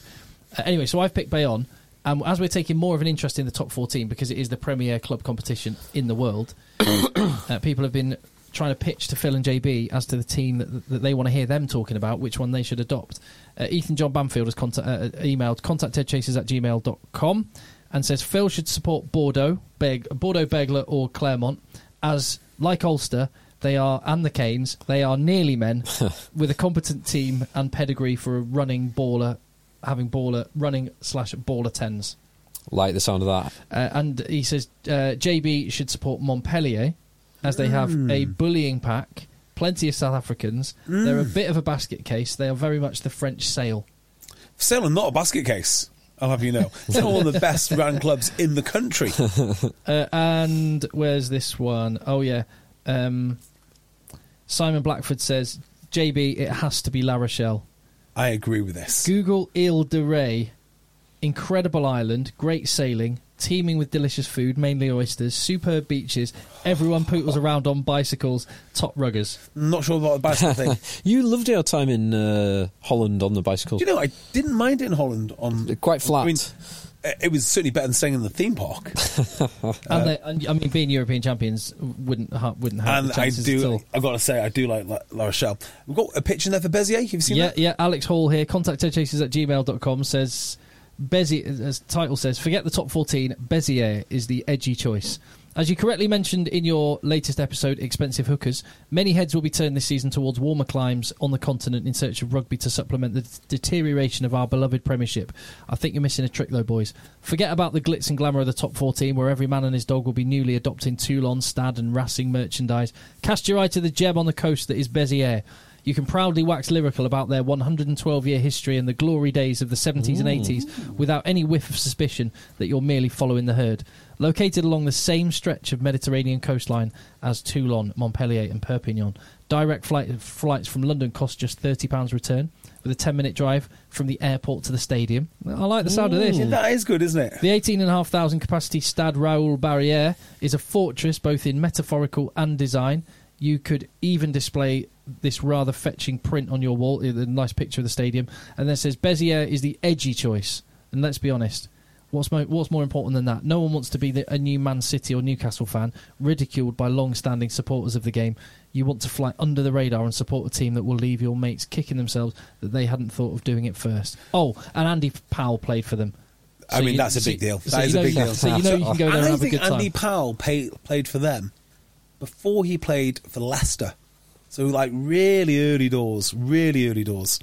Uh, anyway, so I've picked Bayonne. And as we're taking more of an interest in the top 14 because it is the premier club competition in the world, uh, people have been trying to pitch to Phil and JB as to the team that, that they want to hear them talking about, which one they should adopt. Uh, Ethan John Bamfield has contact, uh, emailed contactedchasers at gmail.com and says Phil should support Bordeaux, Beg, Bordeaux Begler or Clermont as, like Ulster, they are, and the Canes, they are nearly men with a competent team and pedigree for a running baller, having baller, running slash baller tens. Like the sound of that. Uh, and he says uh, JB should support Montpellier as they have a bullying pack, plenty of South Africans. They're a bit of a basket case. They are very much the French sale. Sale and not a basket case. I'll have you know. They're one of the best run clubs in the country. Uh, and where's this one? Oh, yeah. Um, Simon Blackford says JB, it has to be La Rochelle. I agree with this. Google Ile de Ré, incredible island, great sailing, teeming with delicious food, mainly oysters, superb beaches, everyone pootles around on bicycles, top ruggers. Not sure about the bicycle thing. You loved our time in uh, Holland on the bicycle. Do you know, I didn't mind it in Holland. On Quite flat. I mean, it- it was certainly better than staying in the theme park. Uh, And, they, and I mean, being European champions wouldn't ha- wouldn't have and the I chances at all. do, I've got to say, I do like La, La Rochelle. We've got a picture in there for Bezier. Have you seen yeah, that? yeah. Alex Hall here. Contact chasers at gmail.com says Bezier, as title says, forget the top 14. Bezier is the edgy choice. As you correctly mentioned in your latest episode, Expensive Hookers, many heads will be turned this season towards warmer climes on the continent in search of rugby to supplement the d- deterioration of our beloved Premiership. I think you're missing a trick, though, boys. Forget about the glitz and glamour of the top 14, where every man and his dog will be newly adopting Toulon, Stad, and Racing merchandise. Cast your eye to the gem on the coast that is Bezier. You can proudly wax lyrical about their 112 year history and the glory days of the 70s and 80s without any whiff of suspicion that you're merely following the herd. Located along the same stretch of Mediterranean coastline as Toulon, Montpellier, and Perpignan, direct flight, flights from London cost just £30 return with a 10 minute drive from the airport to the stadium. I like the sound of this. Yeah, That is good, isn't it? The 18,500 capacity Stade Raoul Barriere is a fortress both in metaphorical and design. You could even display this rather fetching print on your wall, a nice picture of the stadium, and then it says Bezier is the edgy choice. And let's be honest, what's more, what's more important than that? No one wants to be the, a new Man City or Newcastle fan, ridiculed by long-standing supporters of the game. You want to fly under the radar and support a team that will leave your mates kicking themselves that they hadn't thought of doing it first. Oh, and Andy Powell played for them. I mean, that's a big deal. That is That is a big deal. So you know you can go there and I have a think good time. Andy Powell pay, played for them before he played for Leicester. So, like, really early doors, really early doors.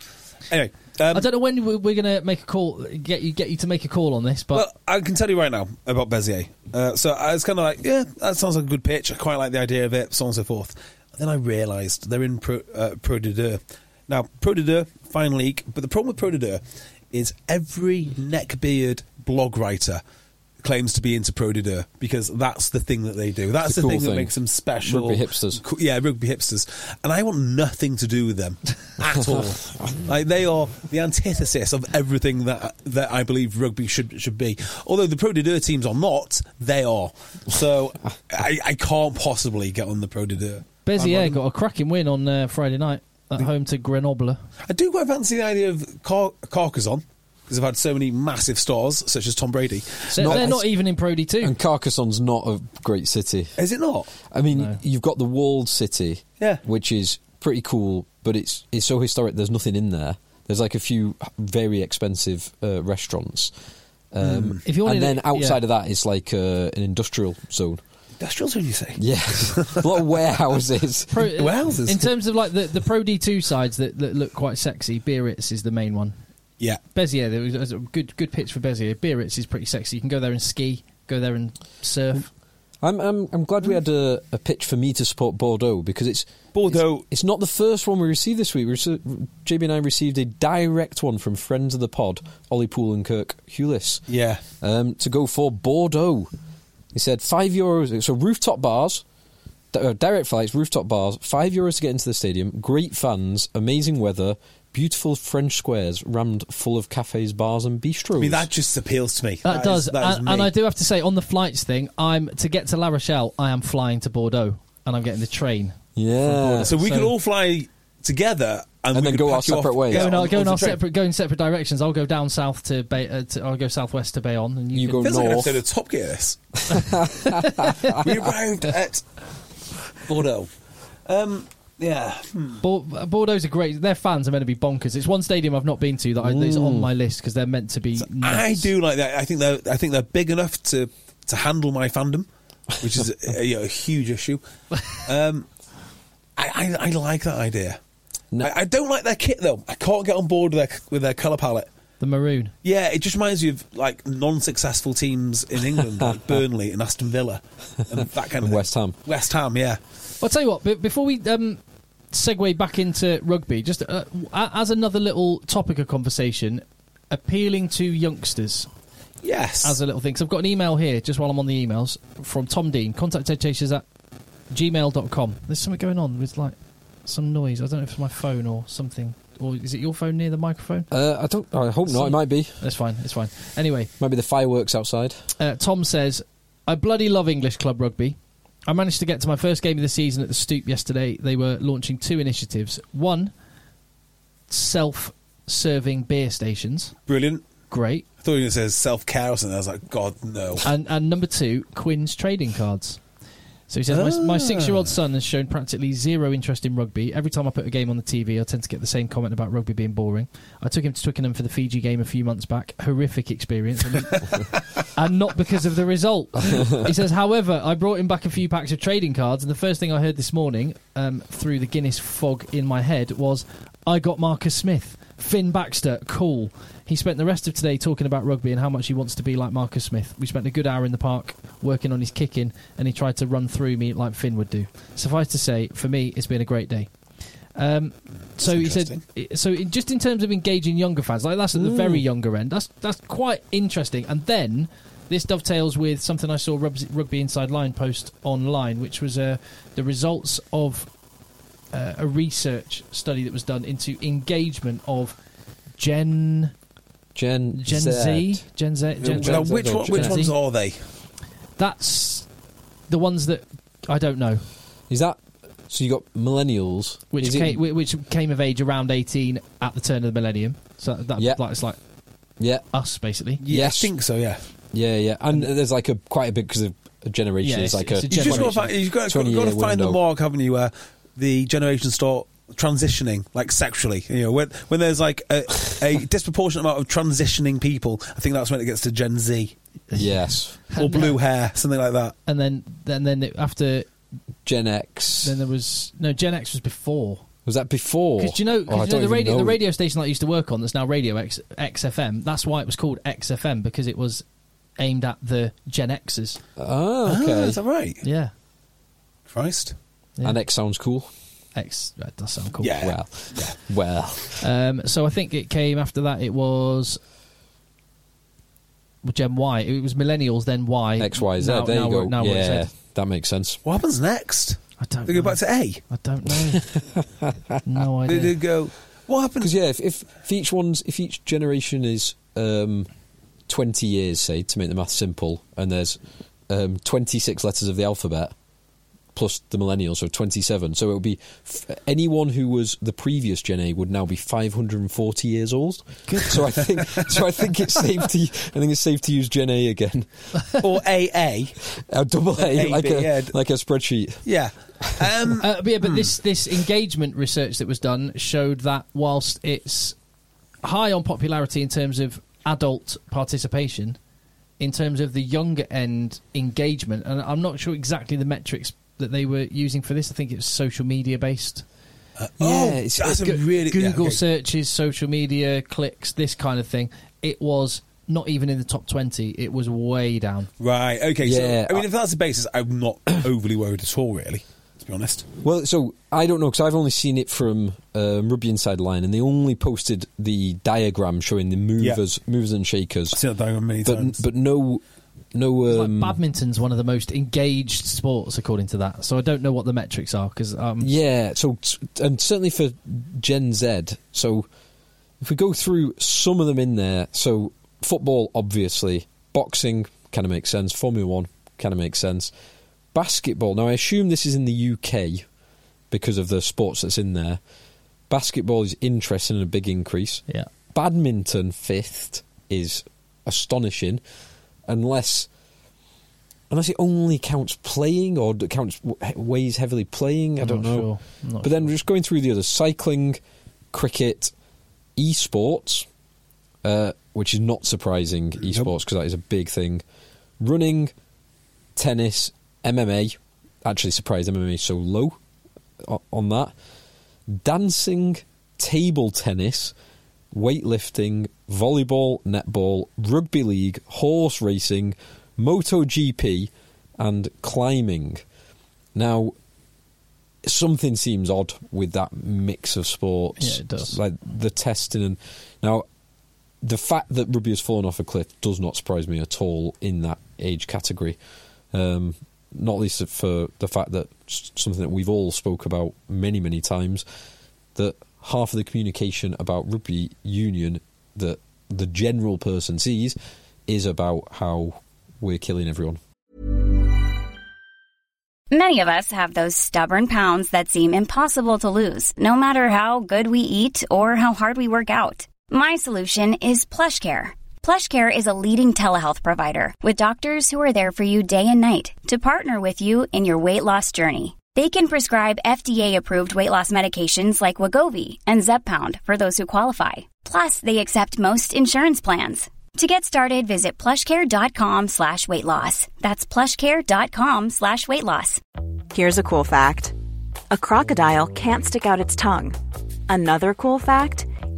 Anyway, um, I don't know when we- we're going to make a call, get you get you to make a call on this, but well, I can tell you right now about Bezier. Uh, so I was kind of like, yeah, that sounds like a good pitch. I quite like the idea of it, so on and so forth. And then I realised they're in Pro, uh, Pro de Deux. Now, Pro de Deux, fine league, but the problem with Pro de Deux is every neckbeard blog writer claims to be into Pro de Deux because that's the thing that they do. That's It's a the cool thing, that thing. makes them special. Rugby hipsters. Co- yeah, rugby hipsters. And I want nothing to do with them at all. like they are the antithesis of everything that that I believe rugby should should be. Although the Pro de Deux teams are not, they are. So I, I can't possibly get on the Pro de Deux. Bezier got a cracking win on uh, Friday night at home to Grenoble. I do quite fancy the idea of Car- Carcassonne because I've had so many massive stars such as Tom Brady. So Not- they're not e- even in Pro D two. and Carcassonne's not a great city. Is it not? I mean, you've got the walled city, Yeah. which is pretty cool, but it's it's so historic. There's nothing in there. There's like a few very expensive uh, restaurants. Hmm. Um, If you and wanted then to- outside yeah. of that, it's like uh, an industrial zone. Industrial zone, you say? Yeah, a lot of warehouses. Pro, Wales is- in terms of like the, the Pro D two sides that, that look quite sexy, Biarritz is the main one. Yeah. Bezier, there was- there was a good good pitch for Bezier. Biarritz is pretty sexy. You can go there and ski, go there and surf. I'm, I'm I'm glad we had a, a pitch for me to support Bordeaux because it's Bordeaux. It's, it's not the first one we received this week. We rece- JB and I received a direct one from friends of the pod, Ollie Poole and Kirk Hewlis. Yeah. um, to go for Bordeaux. He said five euros. So rooftop bars, di- uh, direct flights, rooftop bars, five euros to get into the stadium. Great fans, amazing weather, beautiful French squares rammed full of cafes, bars, and bistros. I mean, that just appeals to me. That, is- does, that is and, me. and I do have to say on the flights thing, I'm to get to La Rochelle, I am flying to Bordeaux, and I'm getting the Oh, train. yeah. So we So- could all fly together and, And we could then go our pack you off- separate ways. yeah, Go Going on- our, going onto our the train. separate going separate directions. I'll go down south to, Bay, uh, to I'll go southwest to Bayonne, and you, You can, go- Feels like an north. episode of Top Gear. This. we arrived at Bordeaux. Um, yeah, hmm. Bo- uh, Bordeaux's are great. Their fans are meant to be bonkers. It's one stadium I've not been to that I, that's on my list because they're meant to be. I nuts. do like that. I think they're I think they're big enough to to handle my fandom, which is a, you know, a huge issue. Um, I, I I like that idea. No. I, I don't like their kit though. I can't get on board with their with their color palette. the maroon. Yeah, it just reminds me of like non-successful teams in England, like Burnley and Aston Villa, and that kind of thing. West Ham. West Ham, yeah. I'll tell you what. But before we um, segue back into rugby, just uh, a- as another little topic of conversation, appealing to youngsters. Yes. as a little thing. So I've got an email here, just while I'm on the emails, from Tom Dean. Contact Ted Chasers at gmail.com. There's something going on with like some noise. I don't know if it's my phone or something. Or is it your phone near the microphone? Uh, I don't. I hope not. It Some- might be. That's fine. It's fine. Anyway, Might be the fireworks outside. uh, Tom says, "I bloody love English club rugby. I managed to get to my first game of the season at the Stoop yesterday. They were launching two initiatives. One, self-serving beer stations. Brilliant. Great. I thought you were going to say self care or something. I was like, God, no. and and number two, Quinn's trading cards. So he says, my, my six-year-old son has shown practically zero interest in rugby. Every time I put a game on the TV, I tend to get the same comment about rugby being boring. I took him to Twickenham for the Fiji game a few months back. Horrific experience, and, and not because of the result. he says, however, I brought him back a few packs of trading cards, and the first thing I heard this morning um, through the Guinness fog in my head was, "I got Marcus Smith." Finn Baxter, cool. He spent the rest of today talking about rugby and how much he wants to be like Marcus Smith. We spent a good hour in the park working on his kicking, and he tried to run through me like Finn would do. Suffice to say, for me, it's been a great day. Um, so he said, eh, so in, just in terms of engaging younger fans, like that's at the Mm. very younger end. That's that's quite interesting. And then this dovetails with something I saw Rubs- Rugby Inside Line post online, which was uh, the results of uh, a research study that was done into engagement of Gen Gen Gen Z, Gen Z, Now, Gen Gen Z which or one, Gen which Z? ones are they? That's the ones that I don't know, Is that? So you got millennials. which Is it- came, whi- which came of age around eighteen at the turn of the millennium. So that Yeah. like, it's like yeah, us basically. Yeah, Yes. I think so, yeah. yeah, yeah. And there's like a quite a bit because of a generation. Yeah, It's, like it's- it's a, a You just got to find, you've got, got, 20 got to year find the window. mark, haven't you? Where the generations start transitioning, like sexually. You know, when when there's like a, a disproportionate amount of transitioning people, I think that's when it gets to Gen Z yes, or blue hair, something like that. And then then then it, after Gen X. then there was no Gen X was before. was that before? Because do you know, Oh, I cause you don't know even the radio the know. radio station that I used to work on that's now Radio X XFM. That's why it was called XFM because it was aimed at the Gen Xers. Ah, Ah, okay. is that right? Yeah, Christ. yeah. And X sounds cool. X that does sound cool. Yeah. Well, well. Um, so I think it came after that. It was well, Gen Y. It was millennials, then Y. X, Y, Z. Now- there now you go. we're- Now we're yeah, Z. that makes sense. What happens next? I don't. They go know. back to A. I don't know. no They, they idea. go. What happens? Because yeah, if, if if each one's if each generation is um, twenty years, say to make the math simple, and there's um, twenty six letters of the alphabet plus the millennials, so twenty seven. So it would be f- anyone who was the previous Gen A would now be five hundred and forty years old. So I think so. I think it's safe to I think it's safe to use Gen A again, or AA. a double A, A, like B, a yeah. like a spreadsheet. Yeah. Um, Uh, but yeah, but this this engagement research that was done showed that whilst it's high on popularity in terms of adult participation, in terms of the younger end engagement, and I'm not sure exactly the metrics that they were using for this. I think it was social media based. oh, yeah, it's- that's a Go- really yeah, Google okay. searches, social media clicks, this kind of thing. It was not even in the top twenty. It was way down. Right. Okay. so, Yeah, I mean, I- if that's the basis, I'm not overly worried at all, really, to be honest. Well, so I don't know because I've only seen it from um, Rugby Inside Line, and they only posted the diagram showing the movers, movers and shakers, I've seen that diagram many times. but but no, no. It's Um, like badminton's one of the most engaged sports, according to that. So I don't know what the metrics are because um, yeah, so t- and certainly for Gen Z. So if we go through some of them in there, so football obviously, boxing kind of makes sense, Formula One kind of makes sense, basketball. Now I assume this is in the UK because of the sports that's in there. Basketball is interesting and a big increase. yeah, Badminton fifth is astonishing, unless unless it only counts playing or d- counts w- he- weighs heavily playing. I I'm don't not know. sure. I'm not But then just going through the others: cycling, cricket, esports, uh, which is not surprising. Esports because that is a big thing. Running, tennis, MMA. Actually, surprised MMA is so low o- on that. Dancing, table tennis, weightlifting, volleyball, netball, rugby league, horse racing, MotoGP, and climbing. Now, something seems odd with that mix of sports. Yeah, it does. Like the testing and now the fact that rugby has fallen off a cliff does not surprise me at all in that age category. Um, not least for the fact that s- something that we've all spoke about many, many times, that half of the communication about rugby union that the general person sees is about how we're killing everyone. Many of us have those stubborn pounds that seem impossible to lose, no matter how good we eat or how hard we work out. My solution is PlushCare. PlushCare is a leading telehealth provider with doctors who are there for you day and night to partner with you in your weight loss journey. They can prescribe FDA-approved weight loss medications like Wagovi and Zepbound for those who qualify. Plus, they accept most insurance plans. To get started, visit plushcare.com slash weight loss. That's plushcare.com slash weight loss. Here's a cool fact a crocodile can't stick out its tongue. Another cool fact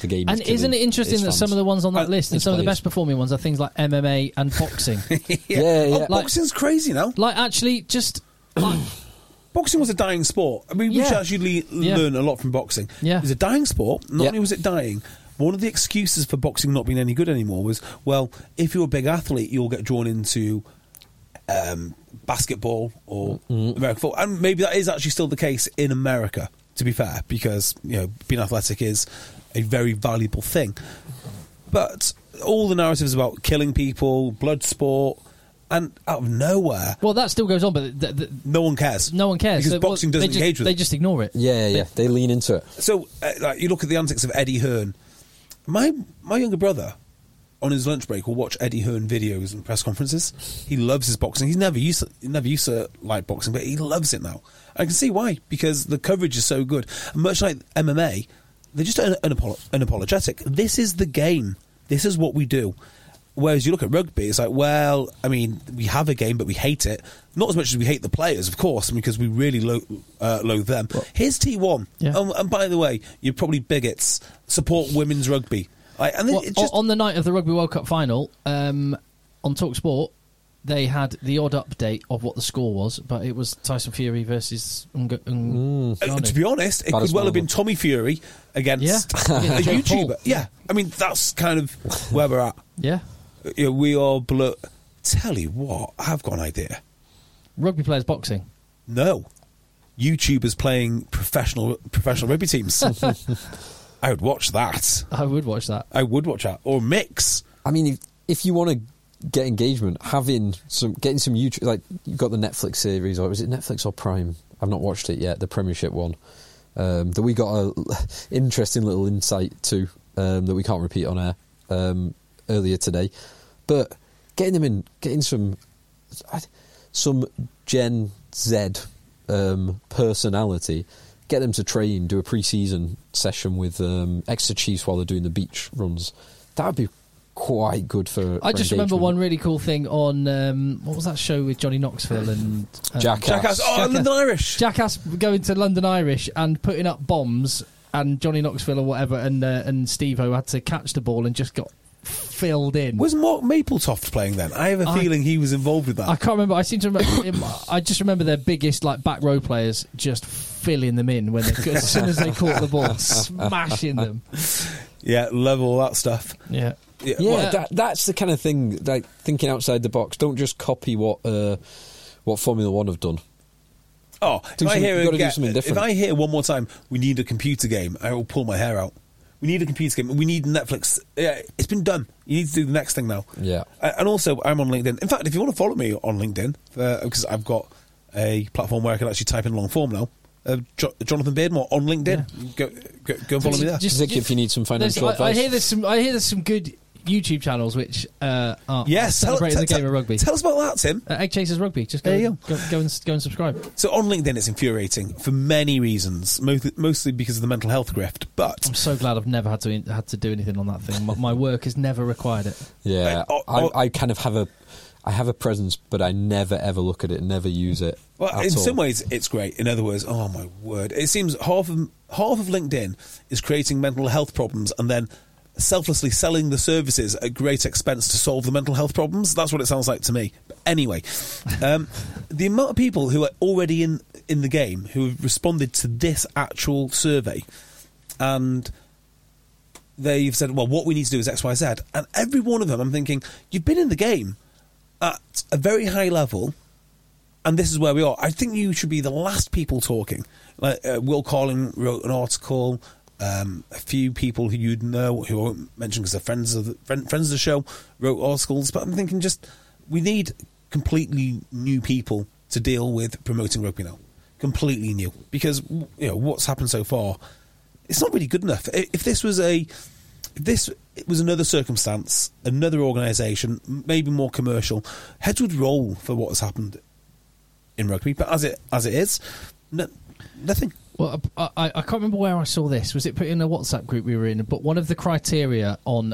The game And is killing isn't it interesting its that some fans. of the ones on that Uh, list and its some of the players. best performing ones are things like MMA and boxing? Yeah, yeah. Oh, boxing's crazy now. like, actually, just Boxing was a dying sport. I mean, we Yeah. should actually le- Yeah. learn a lot from boxing. Yeah. It was a dying sport. Not Yeah. only was it dying, one of the excuses for boxing not being any good anymore was, well, if you're a big athlete, you'll get drawn into um, basketball or Mm-hmm. American football. And maybe that is actually still the case in America, to be fair, because, you know, being athletic is a very valuable thing. But all the narratives about killing people, blood sport, and out of nowhere, well, that still goes on, but th- th- no one cares. no one cares Because They- well, boxing they doesn't just, engage with They it. just ignore it. Yeah, yeah, they lean into it. So, uh, like, you look at the antics of Eddie Hearn. My my younger brother, on his lunch break, will watch Eddie Hearn videos and press conferences. He loves his boxing. He's never used to, he never used to like boxing, but he loves it now. I can see why because the coverage is so good. And much like MMA, they're just un- unapolo- unapologetic. This is the game. This is what we do. Whereas you look at rugby, it's like, well, I mean, we have a game, but we hate it. Not as much as we hate the players, of course, because we really lo- uh, loathe them. Here's Oh T1. Yeah. And, and by the way, you're probably bigots. Support women's rugby. Like, and Well, it just, on the night of the Rugby World Cup final, um, on Talk Sport, they had the odd update of what the score was, but it was Tyson Fury versus Unga- Ung- Mm. uh, Ngannou. to be honest, it That could is well have horrible. been Tommy Fury against Yeah. Yeah, a Jake YouTuber. Paul. Yeah. I mean, that's kind of where we're at. Yeah. You know, we are blur. Tell you what, I've got an idea. Rugby players boxing. No. YouTubers playing professional professional rugby teams. I would watch that. I would watch that. I would watch that. Or mix. I mean, if, if you want to get engagement, having some, getting some YouTube, like you've got the Netflix series, or is it Netflix or Prime? I've not watched it yet, the Premiership one, um, that we got a l- interesting little insight to um, that we can't repeat on air um, earlier today. But getting them in, getting some, I- some Gen Z um, personality. Get them to train, do a pre-season session with um, Exeter Chiefs while they're doing the beach runs. That would be quite good for. I for just remember engagement. one really cool thing on um, what was that show with Johnny Knoxville and um, Uh, Jackass. Jackass. Oh, Jackass. London Irish. Jackass going to London Irish and putting up bombs, and Johnny Knoxville or whatever, and uh, and Steve O had to catch the ball and just got filled in. was Mark Mapletoft playing then? I have a I- feeling he was involved with that. I can't remember. I seem to remember. him, I just remember their biggest like back row players just filling them in when they could, as soon as they caught the ball, smashing them. yeah, love all that stuff. Yeah. Yeah, Yeah, well, that, that's the kind of thing. Like thinking outside the box. Don't just copy what uh, what Formula One have done. oh, Do if I something- hear you gotta do again, something if different. I hear one more time, we need a computer game. I will pull my hair out. We need a computer game. We need Netflix. Yeah, it's been done. You need to do the next thing now. Yeah. Uh, and also, I'm on LinkedIn. In fact, if you want to follow me on LinkedIn, because I've got a platform where I can actually type in long form now. Uh, jo- Jonathan Beardmore on LinkedIn. Go, go, go and follow me there. Particularly if you need some there's- financial I- I, advice. hear there's some. I hear there's some good YouTube channels which uh, are yes, are tell, celebrating the tell- game of rugby. Tell us about that, Tim. uh, Egg Chasers Rugby. Just go, There you go, go and go and subscribe. So on LinkedIn, it's infuriating for many reasons, mostly, mostly because of the mental health grift. But Oh, I'm so glad I've never had to had to do anything on that thing. My, my work has never required it. Yeah, Like, oh, I, oh- I kind of have a. I have a presence, but I never ever look at it, never use it. Well, at in all. some ways, it's great. In other words, oh my word, it seems half of half of LinkedIn is creating mental health problems and then selflessly selling the services at great expense to solve the mental health problems. That's what it sounds like to me. But anyway, um, the amount of people who are already in in the game who have responded to this actual survey and they've said, well, what we need to do is X, Y, Z. And every one of them, I'm thinking, you've been in the game at a very high level, and this is where we are. I think you should be the last people talking. Like uh, Will Carling wrote an article. Um, a few people who you'd know, who I won't mention because they're friends of the friend, friends of the show, wrote articles. But I'm thinking, just we need completely new people to deal with promoting rugby now. Completely new because you know what's happened so far it's not really good enough. I- If this was a, if this it was another circumstance, another organisation, m- maybe more commercial, heads would roll for what has happened in rugby. But as it as it is, no, nothing. Well, I, I, I can't remember where I saw this. Was it put in a WhatsApp group we were in? But one of the criteria on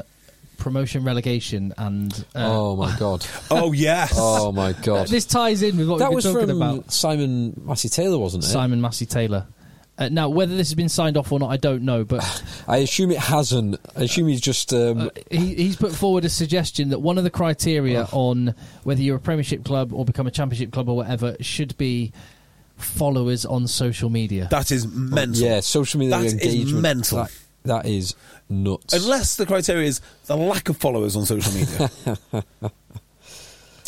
promotion, relegation, and uh, oh my god! Oh yes, Oh my god! this ties in with what that we've was been talking from about. Simon Massey Taylor, wasn't it? Simon Massey Taylor. Uh, now, whether this has been signed off or not, I don't know, but I assume it hasn't. I assume he's just. Um, uh, he, he's put forward a suggestion that one of the criteria Oh. on whether you're a Premiership club or become a Championship club or whatever should be followers on social media. that is mental. yeah, social media That is engagement. mental. That- that is nuts. Unless the criteria is the lack of followers on social media.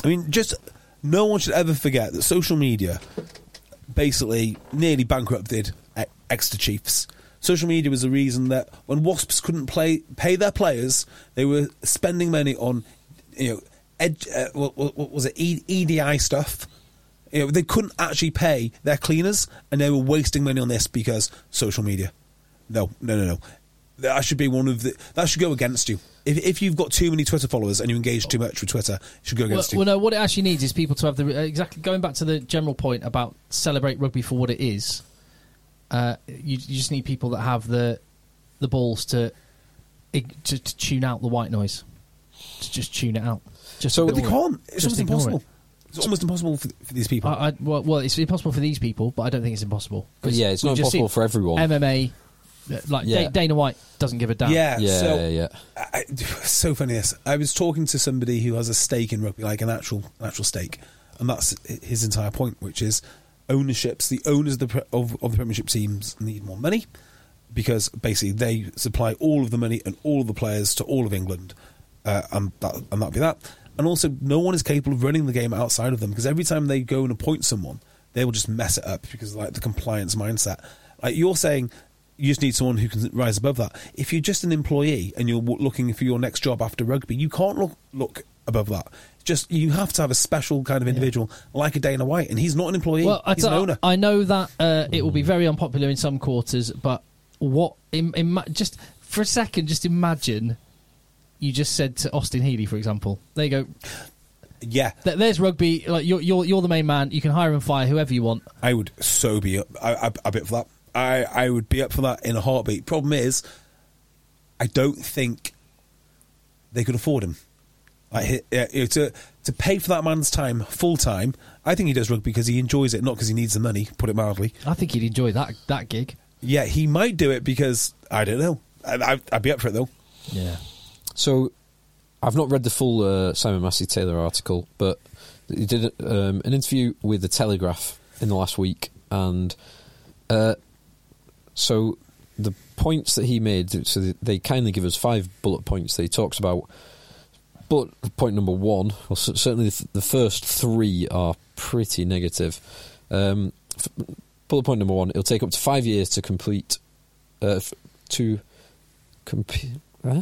I mean, just no one should ever forget that social media basically nearly bankrupted E- Exeter Chiefs. Social media was the reason that when Wasps couldn't play pay their players, they were spending money on you know ed, uh, what, what, what was it E- EDI stuff. You know, they couldn't actually pay their cleaners, and they were wasting money on this because social media. No, no, no, no. That should be one of the. That should go against you. If, if you've got too many Twitter followers and you engage too much with Twitter, it should go Well, against you. well, no, what it actually needs is people to have the uh, exactly going back to the general point about celebrate rugby for what it is. Uh, you, you just need people that have the the balls to, ig- to to tune out the white noise, to just tune it out. Just So- But they ignore it. can't. It's Just almost ignore it. impossible. It's almost impossible for, for these people. I, I, well, well, it's impossible for these people, but I don't think it's impossible. But yeah, it's we've not just impossible seen for everyone. MMA, uh, like Da- Yeah. Dana White doesn't give a damn. yeah, yeah, so, yeah, yeah. I, I- so funny this. I was talking to somebody who has a stake in rugby, like an actual an actual stake, and that's his entire point, which is ownerships. The owners of the pre- of, of the Premiership teams need more money because basically they supply all of the money and all of the players to all of England, uh, and that and that be that. And also, no one is capable of running the game outside of them because every time they go and appoint someone, they will just mess it up because like the compliance mindset. Like you're saying, you just need someone who can rise above that. If you're just an employee and you're w- looking for your next job after rugby, you can't look look above that. Just you have to have a special kind of individual like a Dana White, and he's not an employee. Well, I, he's an tell- owner. I know that uh, it will be very unpopular in some quarters, but what? Im- ima- just for a second, just imagine you just said to Austin Healy, for example. There you go. yeah, Th- There's rugby. Like you're, you're, you're the main man. You can hire and fire whoever you want. I would so be up. I, I, a bit for that. I, I would be up for that in a heartbeat. Problem is, I don't think they could afford him. Like he- yeah, you know, to to pay for that man's time full time. I think he does rugby because he enjoys it, not because he needs the money. Put it mildly. I think he'd enjoy that that gig. Yeah, he might do it because I don't know. I, I, I'd be up for it though. Yeah. So, I've not read the full uh, Simon Massey Taylor article, but he did um, an interview with the Telegraph in the last week, and uh, so the points that he made. So they- they kindly give us five bullet points. That he talks about bullet point number one. Well, cer- certainly the, f- the first three are pretty negative. Um, f- bullet point number one: it'll take up to five years to complete uh, f- to compete. Huh?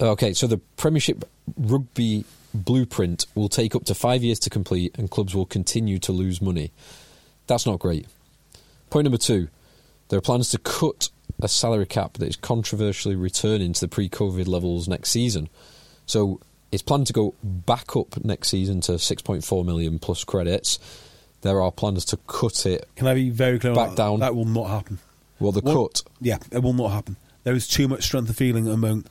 Okay, so the Premiership Rugby Blueprint will take up to five years to complete, and clubs will continue to lose money. That's not great. Point number two there are plans to cut a salary cap that is controversially returning to the pre COVID levels next season. So it's planned to go back up next season to 6.4 million plus credits. There are plans to cut it. Can I be very clear? on Back that? down. That will not happen. Well, the What- cut. Yeah, it will not happen. There is too much strength of feeling among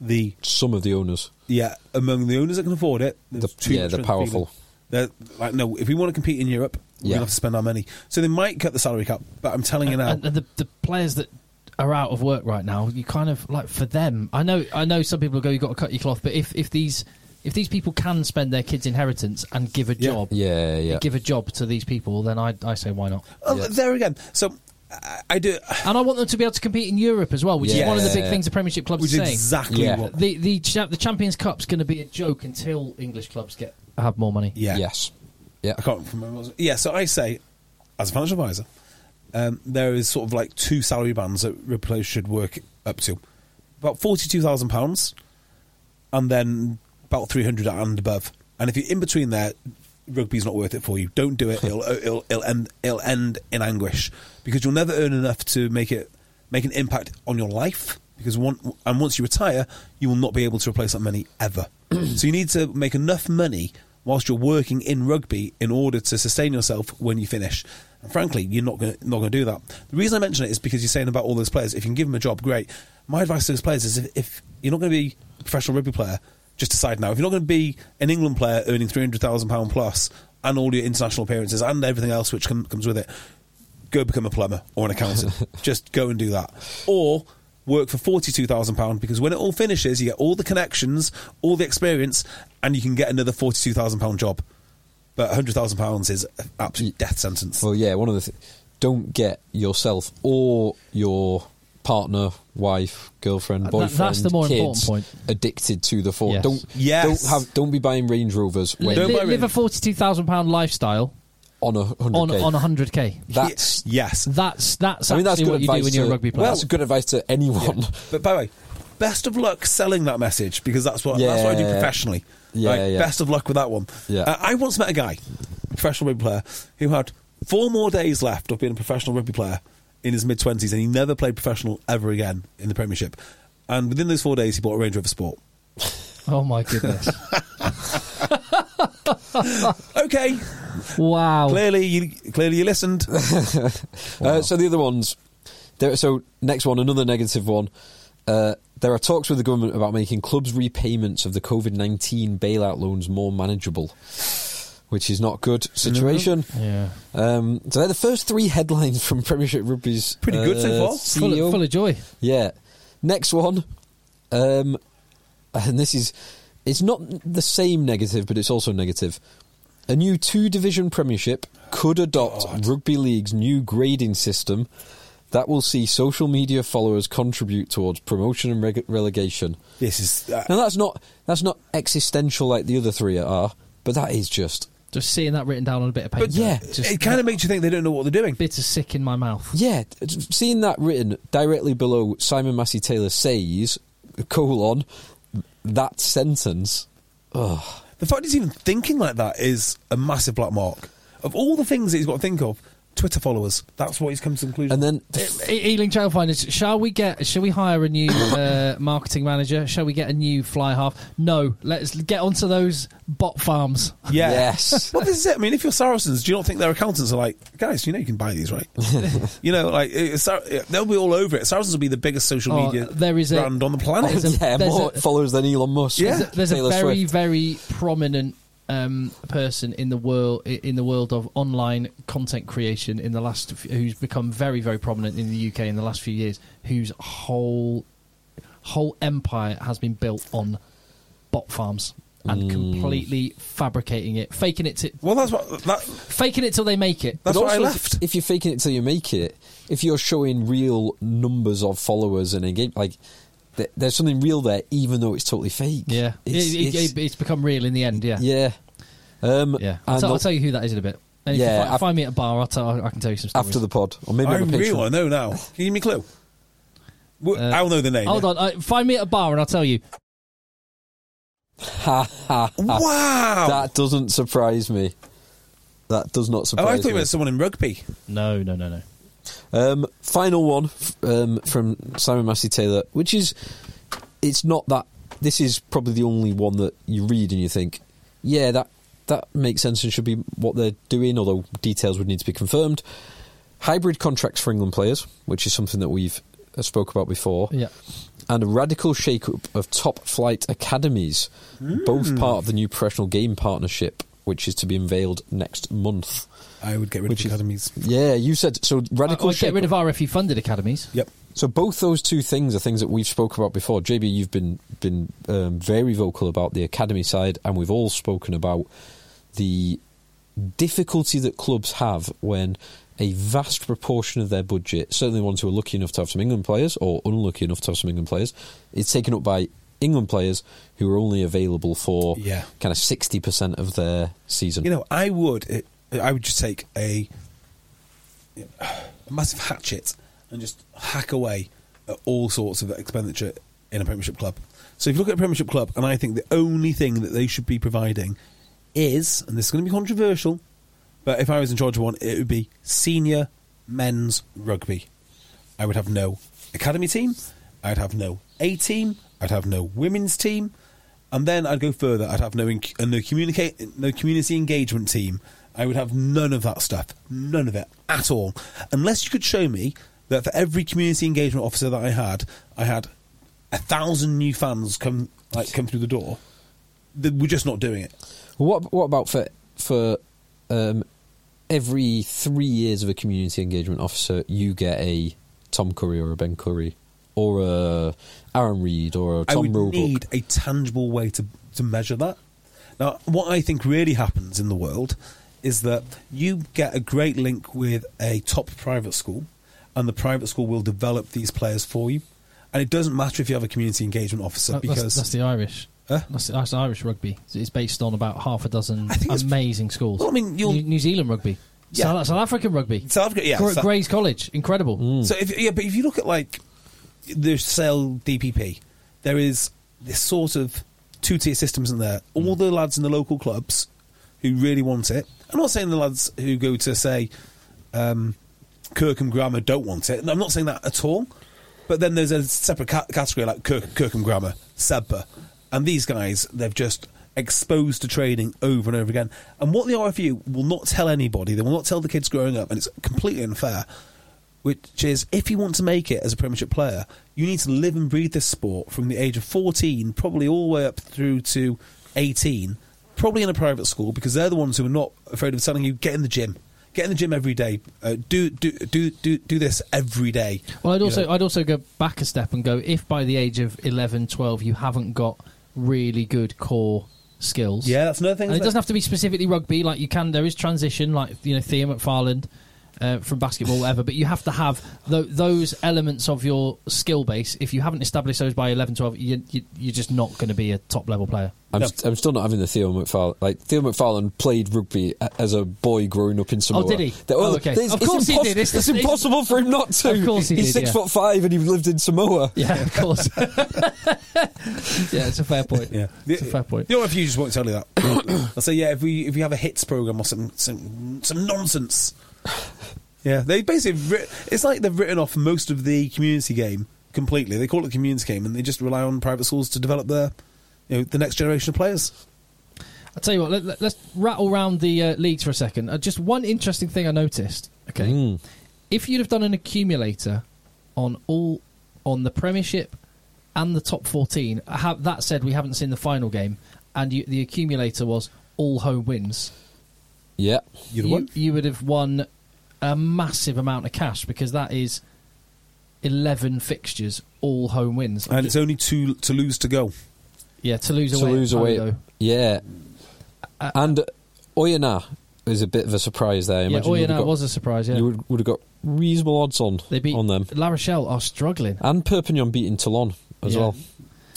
the Some of the owners. yeah among the owners that can afford it. there's The- too yeah, much they're feeling. powerful. They're like, no, if we want to compete in Europe, we're Yeah. gonna have to spend our money. So they might cut the salary cap, but I'm telling you now, And, and the, the players that are out of work right now, you kind of like for them. I know, I know, some people go, "You have got to cut your cloth," but if if these if these people can spend their kids' inheritance and give a Yeah. job, Yeah, yeah. give a job to these people, then I I say why not? oh, yeah. there again. So I, I do, And I want them to be able to compete in Europe as well, which is Yeah. one of the big things the Premiership clubs which are is saying. exactly Yeah. what. the the cha- the Champions Cup's going to be a joke until English clubs get have more money. Yeah, Yes. Yeah. I can't remember. what it was. Yeah, so I say, as a financial advisor, um, there is sort of like two salary bands that Ripley should work up to about £42,000 and then about 300 and above. And if you're in between there, rugby's not worth it for you. Don't do it. It'll, it'll, it'll, end, it'll end in anguish because you'll never earn enough to make it make an impact on your life. Because one, and once you retire, you will not be able to replace that money ever. so you need to make enough money whilst you're working in rugby in order to sustain yourself when you finish. And frankly, you're not going not going to do that. The reason I mention it is because you're saying about all those players. If you can give them a job, great. My advice to those players is if, if you're not going to be a professional rugby player, just decide now. If you're not going to be an England player earning three hundred thousand pound plus and all your international appearances and everything else which com- comes with it, go become a plumber or an accountant. just go and do that, or work for forty two thousand pound because when it all finishes, you get all the connections, all the experience, and you can get another forty two thousand pound job. But hundred thousand pounds is an absolute death sentence. Well, yeah, one of the th- don't get yourself or your partner, wife, girlfriend, That- boyfriend, that's the more kids important point. addicted to the fork. Yes. Don't Yes. don't have don't be buying Range Rovers when Li- Don't li- worry. live a forty-two thousand pound lifestyle on a hundred on on hundred k. That's yes. That's that's I mean that's actually good what you do advice when you're a to- rugby player. that's good advice to anyone. But by the way, best of luck selling that message because that's what that's what I do Yeah. professionally. Yeah, Like, yeah. Best of luck with that one. Yeah. Uh, I once met a guy, a professional rugby player, who had four more days left of being a professional rugby player in his mid twenties, and he never played professional ever again in the Premiership. And within those four days, he bought a Range Rover Sport. Oh my goodness! Okay, Oh. wow. clearly you clearly you listened. Uh, so the other ones, there, so next one, another negative one. Uh, there are talks with the government about making clubs' repayments of the COVID nineteen bailout loans more manageable, which is not a good situation. Yeah. Um, so they're the first three headlines from Premiership Rugby's uh, Pretty good so far. Full CEO. of, full of joy. Yeah. Next one. Um, and this is it's not the same negative, but it's also negative. A new two division premiership could adopt rugby league's new grading system that will see social media followers contribute towards promotion and reg- relegation. This is uh, Now that's not that's not existential like the other three are, but that is just Just seeing that written down on a bit of paper. But yeah, just it kind of makes you think they don't know what they're doing. bit of sick in my mouth. Yeah, t- seeing that written directly below Simon Massey Taylor says colon that sentence. Ugh. The fact he's even thinking like that is a massive black mark. Of all the things that he's got to think of, Twitter followers. That's what he's come to the conclusion. And then the f- E- Ealing Trail Finders. Shall we get? Shall we hire a new uh, marketing manager? Shall we get a new fly half? No. Let's get onto those bot farms. yeah. yes, Well, this is it. I mean, if you're Saracens, do you not think their accountants are like, guys? You know, you can buy these, right? you know, like it- Sar- they'll be all over it. Saracens will be the biggest social Oh, media there is a- brand on the planet. there's a- yeah, there's more a- followers than Elon Musk. Yeah. and There's a Taylor very Swift. very prominent um, person in the world in the world of online content creation in the last f- who's become very very prominent in the UK in the last few years whose whole whole empire has been built on bot farms Mm. and completely fabricating it faking it to, well, that's what that. faking it till they make it That's But why I also, left. If, if you're faking it till you make it, if you're showing real numbers of followers and engage, like th- there's something real there, even though it's totally fake. yeah it's, It- it- it's- it's become real in the end yeah yeah. Um, Yeah. I'll, and tell, I'll the- tell you who that is in a bit. And if Yeah, you fi- af- find me at a bar, I'll tell, I can tell you some stories. after the pod, or maybe I on the really Patreon. want to know now. Can you give me a clue? Well, Uh, I'll know the name. Hold on. Uh, find me at a bar and I'll tell you. Ha ha ha. Wow. That doesn't surprise me. That does not oh, I surprise thought you me. meant someone in rugby. No, no, no, no. Um, final one f- um, from Simon Massey Taylor, which is it's not that. This is probably the only one that you read and you think, yeah, that that makes sense and should be what they're doing. Although details would need to be confirmed. Hybrid contracts for England players, which is something that we've I spoke about before, Yeah. and a radical shakeup of top flight academies, both part of the new professional game partnership, which is to be unveiled next month. I would get rid Which of is- academies. Yeah, you said so. Radical Or shake. Uh, get rid of RFU funded academies. Yep. So both those two things are things that we've spoke about before. JB, you've been been um, very vocal about the academy side, and we've all spoken about the difficulty that clubs have when a vast proportion of their budget, certainly ones who are lucky enough to have some England players or unlucky enough to have some England players, is taken up by England players who are only available for Yeah. kind of sixty percent of their season. You know, I would. It, I would just take a, a massive hatchet and just hack away at all sorts of expenditure in a Premiership club. So if you look at a Premiership club, and I think the only thing that they should be providing is, and this is going to be controversial, but if I was in charge of one, it would be senior men's rugby. I would have no academy team. I'd have no A team. I'd have no women's team. And then I'd go further. I'd have no inc- uh, no communicate no community engagement team. I would have none of that stuff, none of it at all, unless you could show me that for every community engagement officer that I had, I had a thousand new fans come like come through the door. Th- We're just not doing it. Well, What what about for for um, every three years of a community engagement officer, you get a Tom Curry or a Ben Curry or a Aaron Reed or a I Tom would Roebuck. need a tangible way to, to measure that. Now, what I think really happens in the world is that you get a great link with a top private school, and the private school will develop these players for you. And it doesn't matter if you have a community engagement officer That- because that's, that's the Irish. Huh? That's, the, that's Irish rugby. It's based on about half a dozen I think it's- amazing schools. Well, I mean, you'll- New, New Zealand rugby, Yeah. South, South African rugby, South Africa- yeah, Gra- South- Mm. Grays College, incredible. So if yeah, but if you look at like the Sale DPP, there is this sort of two tier systems in there. All the lads in the local clubs who really want it. I'm not saying the lads who go to say um, Kirkham Grammar don't want it. I'm not saying that at all. But then there's a separate ca- category like Kirk- Kirkham Grammar, Sebpa, and these guys they've just exposed to training over and over again. And what the RFU will not tell anybody, they will not tell the kids growing up, and it's completely unfair which is if you want to make it as a Premiership player, you need to live and breathe this sport from the age of 14, probably all the way up through to 18, probably in a private school because they're the ones who are not afraid of telling you get in the gym, get in the gym every day, uh, do do do do do this every day. Well, I'd You also know, I'd also go back a step and go if by the age of 11, 12 you haven't got really good core skills. yeah, that's another thing. and it isn't doesn't have to be specifically rugby. Like you can, there is transition, like you know, Thea McFarland uh, from basketball, whatever. But you have to have tho- those elements of your skill base. If you haven't established those by 11, 12, you, you, you're just not going to be a top level player. I'm, No. st- I'm still not having the Theo McFarlane. Like Theo McFarlane played rugby a- as a boy growing up in Samoa. did he? That- well, Oh, okay. there's- Of it's course he impos- did. It's It's, the- it's- impossible for him not to. Of course he He's did, six yeah. foot five and he lived in Samoa. Yeah, of course. yeah, it's a fair it? point. yeah, it's a fair point. You know, if you just won't tell you that, I'll say yeah. If we if you have a hits program or some some some nonsense, Yeah, they basically writ- it's like they've written off most of the community game completely. They call it the community game, and they just rely on private schools to develop their you know the next generation of players. I'll tell you what, let, let, let's rattle round the uh, leagues for a second. Uh, just one interesting thing I noticed. Okay. Mm. If you'd have done an accumulator on all on the Premiership and the top 14, I have, that said, we haven't seen the final game, and you, the accumulator was all home wins, Yeah. You'd have you, won. you would have won a massive amount of cash because that is 11 fixtures, all home wins. and it's only two to lose to go. yeah, Toulouse away. at Toulouse away. Pando. Yeah. and Oyana is a bit of a surprise there. I Yeah, imagine you would've Oyonnax got- was a surprise, yeah. You would, would have got reasonable odds on They beat on them. La Rochelle are struggling. And Perpignan beating Toulon as Yeah. well.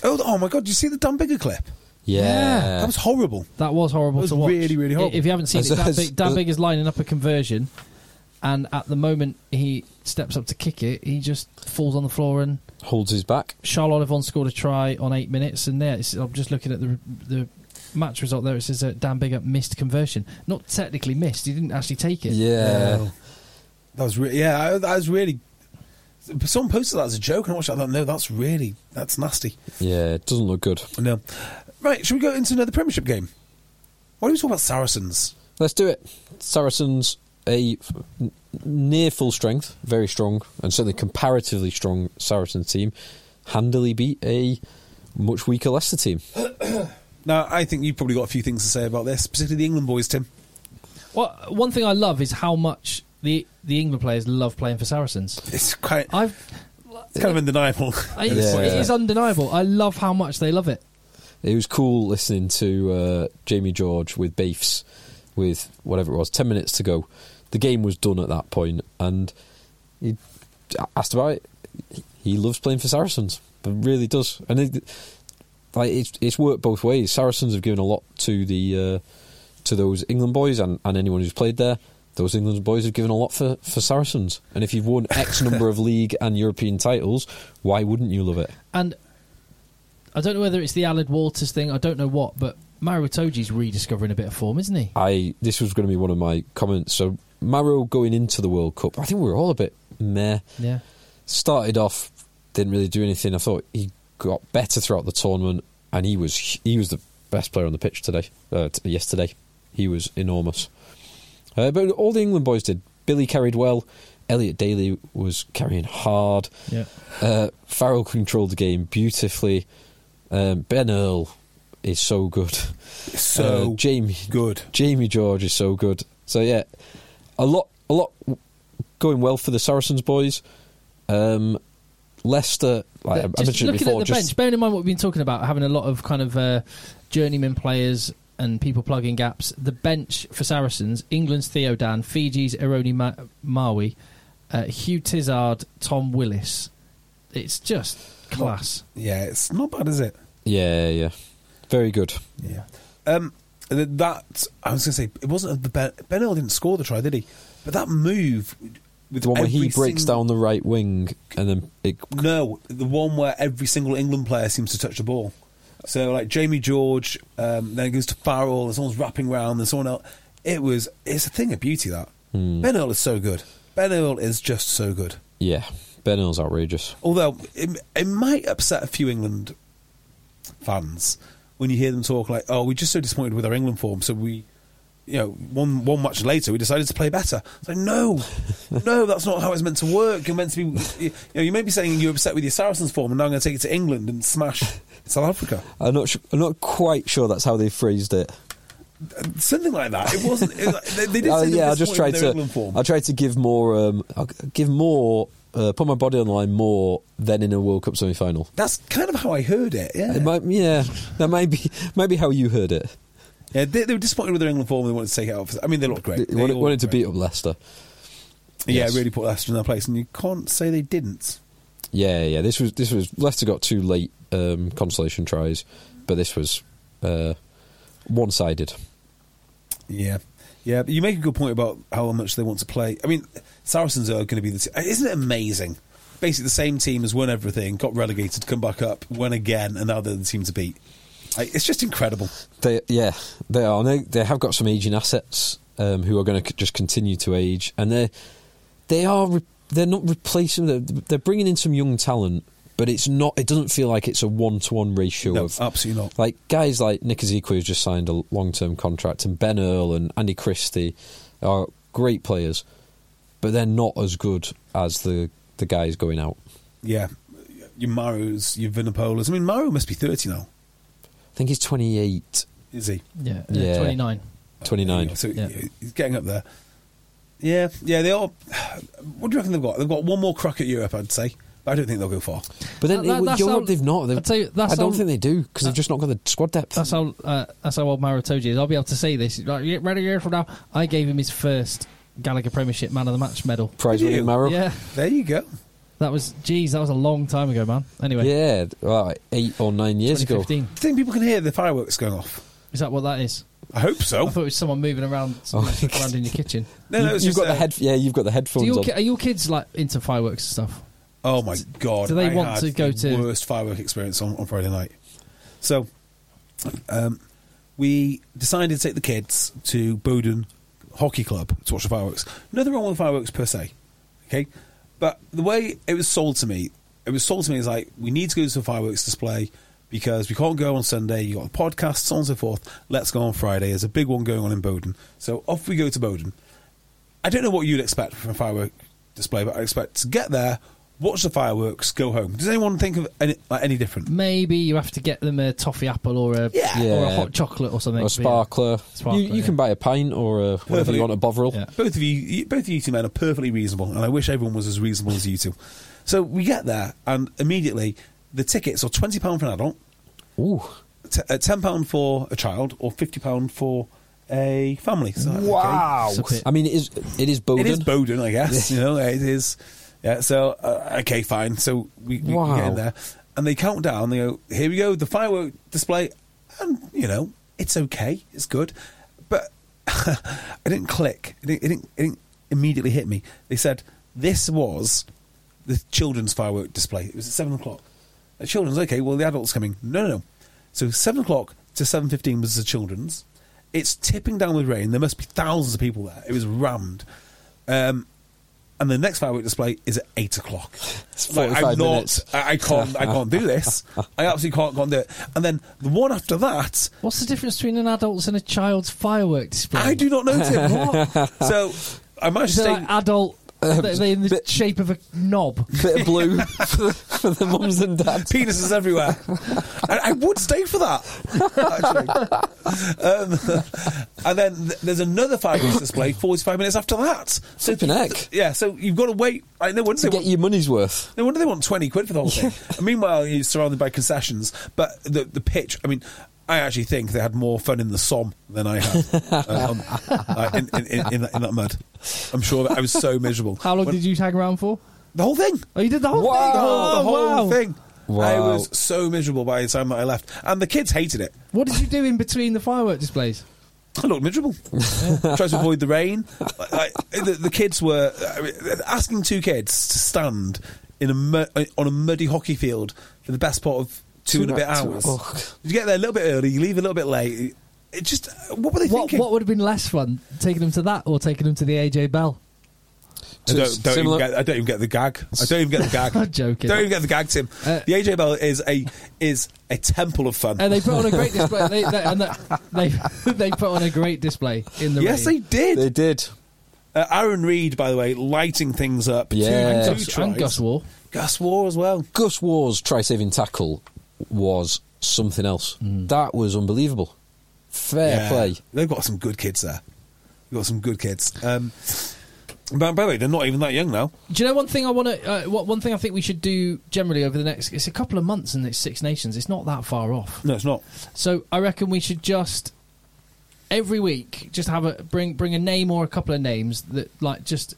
Oh, oh my god! Did you see the Dan Bigger clip? Yeah. that was horrible. That was That horrible was to watch. really, really horrible. If you haven't seen As- it, Dan, as- Big, Dan as- Big is lining up a conversion, and at the moment he steps up to kick it, he just falls on the floor. And Holds his back. Charles Olivon scored a try on eight minutes, and there it's, I'm just looking at the the match result there. It says uh, Dan Bigger missed conversion, not technically missed. He didn't actually take it. Yeah. Oh. that was re- yeah. I- That was really. Someone posted that as a joke, and I watched that. I thought, no, that's really that's nasty. Yeah, it doesn't look good. No, right? Should we go into another Premiership game? Why do we talk about Saracens? Let's do it. Saracens a f- n- near full strength, very strong, and certainly comparatively strong Saracens team handily beat a much weaker Leicester team. Now, I think you've probably got a few things to say about this, particularly the England boys, Tim. Well, one thing I love is how much the the England players love playing for Saracens. It's quite, I've it's kind of undeniable. I, it's, Yeah. it is undeniable. I love how much they love it. It was cool listening to uh, Jamie George with Beefs with whatever it was, 10 minutes to go. The game was done at that point, and he asked about it. He loves playing for Saracens, but really does. And it, like, it's, it's worked both ways. Saracens have given a lot to the uh, to those England boys and, and anyone who's played there. Those England boys have given a lot for, for Saracens. And if you've won X number of league and European titles, why wouldn't you love it? And I don't know whether it's the Alad Walters thing. I don't know what, but Mario Toji's rediscovering a bit of form, isn't he? I this was going to be one of my comments. So Maro going into the World Cup, I think we were all a bit meh. Yeah. Started off, didn't really do anything. I thought he got better throughout the tournament, and he was he was the best player on the pitch today. Uh, t- yesterday, he was enormous. Uh, but all the England boys did. Billy carried well. Elliot Daly was carrying hard. Yeah. Uh, Farrell controlled the game beautifully. Um, ben Earl is so good. So Uh, Jamie good. Jamie George is so good. So yeah, a lot, a lot going well for the Saracens boys. Um, Leicester, like I But I just mentioned it looking before, at the just bench, bearing in mind what we've been talking about, having a lot of kind of uh, journeyman players and people plugging gaps, the bench for Saracens, England's Theodan, Fiji's Eroni Ma- Maui, uh, Hugh Tizard, Tom Willis. It's just class. Yeah, it's not bad, is it? yeah, yeah, very good. Yeah. Um, th- that I was going to say it wasn't the ben, ben Earl didn't score the try, did he? But that move with The one where he every breaks single- down the right wing and then it No, the one where every single England player seems to touch the ball. So like Jamie George, um, then it goes to Farrell, and someone's wrapping round, and someone else. It was it's a thing of beauty that Ben Earl is so good. Ben Earl is just so good. yeah, Ben Earl's outrageous. Although it, it might upset a few England fans when you hear them talk like, "Oh, we're just so disappointed with our England form, so we, you know, one one match later we decided to play better." It's like, no, no, that's not how it's meant to work. You're meant to be, you know, you may be saying you're upset with your Saracens form, and now I'm going to take it to England and smash South Africa, I'm not, su- I'm not quite sure that's how they phrased it. something like that. It wasn't. It, was- they, they did. Say Uh, they were yeah, I just disappointed tried with their England to. form. I tried to give more. Um, I'll g- give more. Uh, put my body on the line more than in a World Cup semi-final. that's kind of how I heard it. Yeah, It might, yeah, that might be, might be how you heard it. yeah they, they were disappointed with their England form. and They wanted to take it out. For, I mean, they looked great. They They wanted, all wanted to looked great. beat up Leicester. Yeah, Yes. really put Leicester in their place, and you can't say they didn't. Yeah, yeah. This was this was Leicester got two late um, consolation tries, but this was uh, one sided. Yeah, yeah. But you make a good point about how much they want to play. I mean, Saracens are going to be the. Te- Isn't it amazing? Basically, the same team has won everything, got relegated, come back up, won again, and now they're the team to beat. Like, it's just incredible. They yeah they are. And they they have got some aging assets um, who are going to c- just continue to age, and they they are re- they're not replacing. They're, they're bringing in some young talent, but it's not. It doesn't feel like it's a one to one ratio No, of absolutely not. Like guys like Nick Ezekwe has just signed a long term contract, and Ben Earl and Andy Christie are great players, but they're not as good as the the guys going out. Yeah, your Maros, your Vinopolas. I mean, Maro must be thirty now, I think he's 28, is he? Yeah, Yeah. 29. 29. So Yeah. he's getting up there. Yeah, yeah. They all. What do you reckon they've got? They've got one more crack at Europe, I'd say. But I don't think they'll go far. But then That- that- it- that's Europe, how- they've not. They've, I'll tell you, that's I don't how- think they do because they've just not got the squad depth. That's how uh, that's how old Maratoji is. I'll be able to say this. Like, yeah, right a year from now, I gave him his first Gallagher Premiership Man of the Match medal. Prize winning Marrow. Yeah, There you go. that was geez, that was a long time ago, man. Anyway, Yeah, well, eight or nine years ago. 2015. Do you think people can hear the fireworks going off? Is that what that is? I hope so. I thought it was someone moving around, Oh, my around in your kitchen. No, no, you, it's have just got the uh, head. Yeah, you've got the Do headphones your, on. ki- are your kids like into fireworks and stuff? Oh my god! do they I want had to go the to- worst firework experience on, on Friday night? So, um, we decided to take the kids to Bowden Hockey Club to watch the fireworks. Nothing wrong with fireworks per se, okay, but the way it was sold to me, it was sold to me as like we need to go to the fireworks display because we can't go on Sunday. You got the podcast, so on and so forth. Let's go on Friday. There's a big one going on in Bowden, so off we go to Bowden I don't know what you'd expect from a firework display, but I expect to get there, watch the fireworks, go home. Does anyone think of any, like, any different? Maybe you have to get them a toffee apple or a Yeah. or a Yeah. hot chocolate or something. Or a sparkler. Sparkler, you you yeah. can buy a pint or a, whatever Perfectly. you want, a Bovril. Yeah. Both of you, you, both of you two men are perfectly reasonable, and I wish everyone was as reasonable as you two. So we get there, and immediately the tickets are twenty pound for an adult, Ooh. t- uh, ten pound for a child, or fifty pound for a family. So, okay. It's a bit- I mean, it is, it is Bowden. It is Bowden, I guess. you know, it is. Yeah. So uh, okay, fine. So we, we Wow. get in there, and they count down. They go, "Here we go, the firework display," and you know, it's okay, it's good, but I didn't click. It didn't, it didn't, it didn't immediately hit me. They said this was the children's firework display. It was at seven o'clock. The children's okay. Well, the adults coming. No, no, no. So seven o'clock to seven fifteen was the children's. It's tipping down with rain. There must be thousands of people there. It was rammed. Um, and the next firework display is at eight o'clock. It's Like, 45 I'm not. minutes. I, I can't. I can't do this. I absolutely can't, can't do it. And then the one after that, What's the difference between an adult's and a child's firework display? I do not know. Tim. What? so I managed to Is it stay. like adult? Um, They're they're in the shape of a knob. Bit of blue for the, for the mums and dads. penises everywhere. I, I would stay for that. Actually. Um, and then th- there's another five minutes display 45 minutes after that. So, Flipping heck. yeah, so you've got to wait. I no wonder To they get want, your money's worth. no wonder they want 20 quid for the whole thing. And meanwhile, you're surrounded by concessions, but the the pitch. I mean. I actually think they had more fun in the Somme than I had uh, um, uh, in, in, in, in, that, in that mud. I'm sure that I was so miserable. How long When- did you hang around for? the whole thing? Oh, you did the whole Wow. thing. the whole, the Oh, whole wow. thing. Wow. I was so miserable by the time that I left, and the kids hated it. What did you do in between the firework displays? I looked miserable. Tried to avoid the rain. I, I- the, the kids were I mean, asking two kids to stand in a mu- on a muddy hockey field for the best part of two, Two and a bit and a- two- hours. ugh. You get there a little bit early, you leave a little bit late. It just what were they What thinking? What would have been less fun, taking them to that or taking them to the AJ Bell? I don't, don't even Similar- get, I don't even get the gag. I don't even get the gag. I'm joking. Don't even get the gag, Tim. Uh, the AJ Bell is a is a temple of fun. And they put on a great display. They, they, and they, they, they put on a great display in the yes, rain. they did. They did. Uh, Aaron Reed, by the way, lighting things up. Yeah. two, And two Gus, and tries. Gus War. Gus War as well. Gus Waugh's try saving tackle was something else. That was unbelievable. Fair Yeah. play. They've got some good kids there. They've got some good kids. Um, but by the way, they're not even that young now. Do you know one thing I want to? Uh, what one thing I think we should do generally over the next? It's a couple of months and it's Six Nations. It's not that far off. No, it's not. So I reckon we should just every week just have a bring bring a name or a couple of names that like just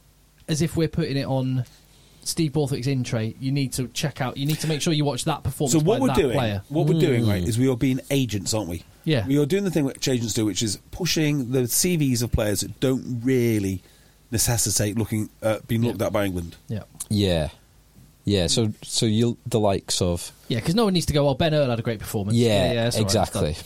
as if we're putting it on Steve Borthwick's in tray. You need to check out. You need to make sure you watch that performance. So what by we're that doing, player. Hmm. what we're doing, right, is we are being agents, aren't we? Yeah. We are doing the thing which agents do, which is pushing the CVs of players that don't really necessitate looking uh, being looked at by England. Mm-hmm. Yeah. Yeah. Yeah, so so you the likes of Yeah, because no one needs to go. Oh, Ben Earl had a great performance. yeah, that's all right, that's exactly. done.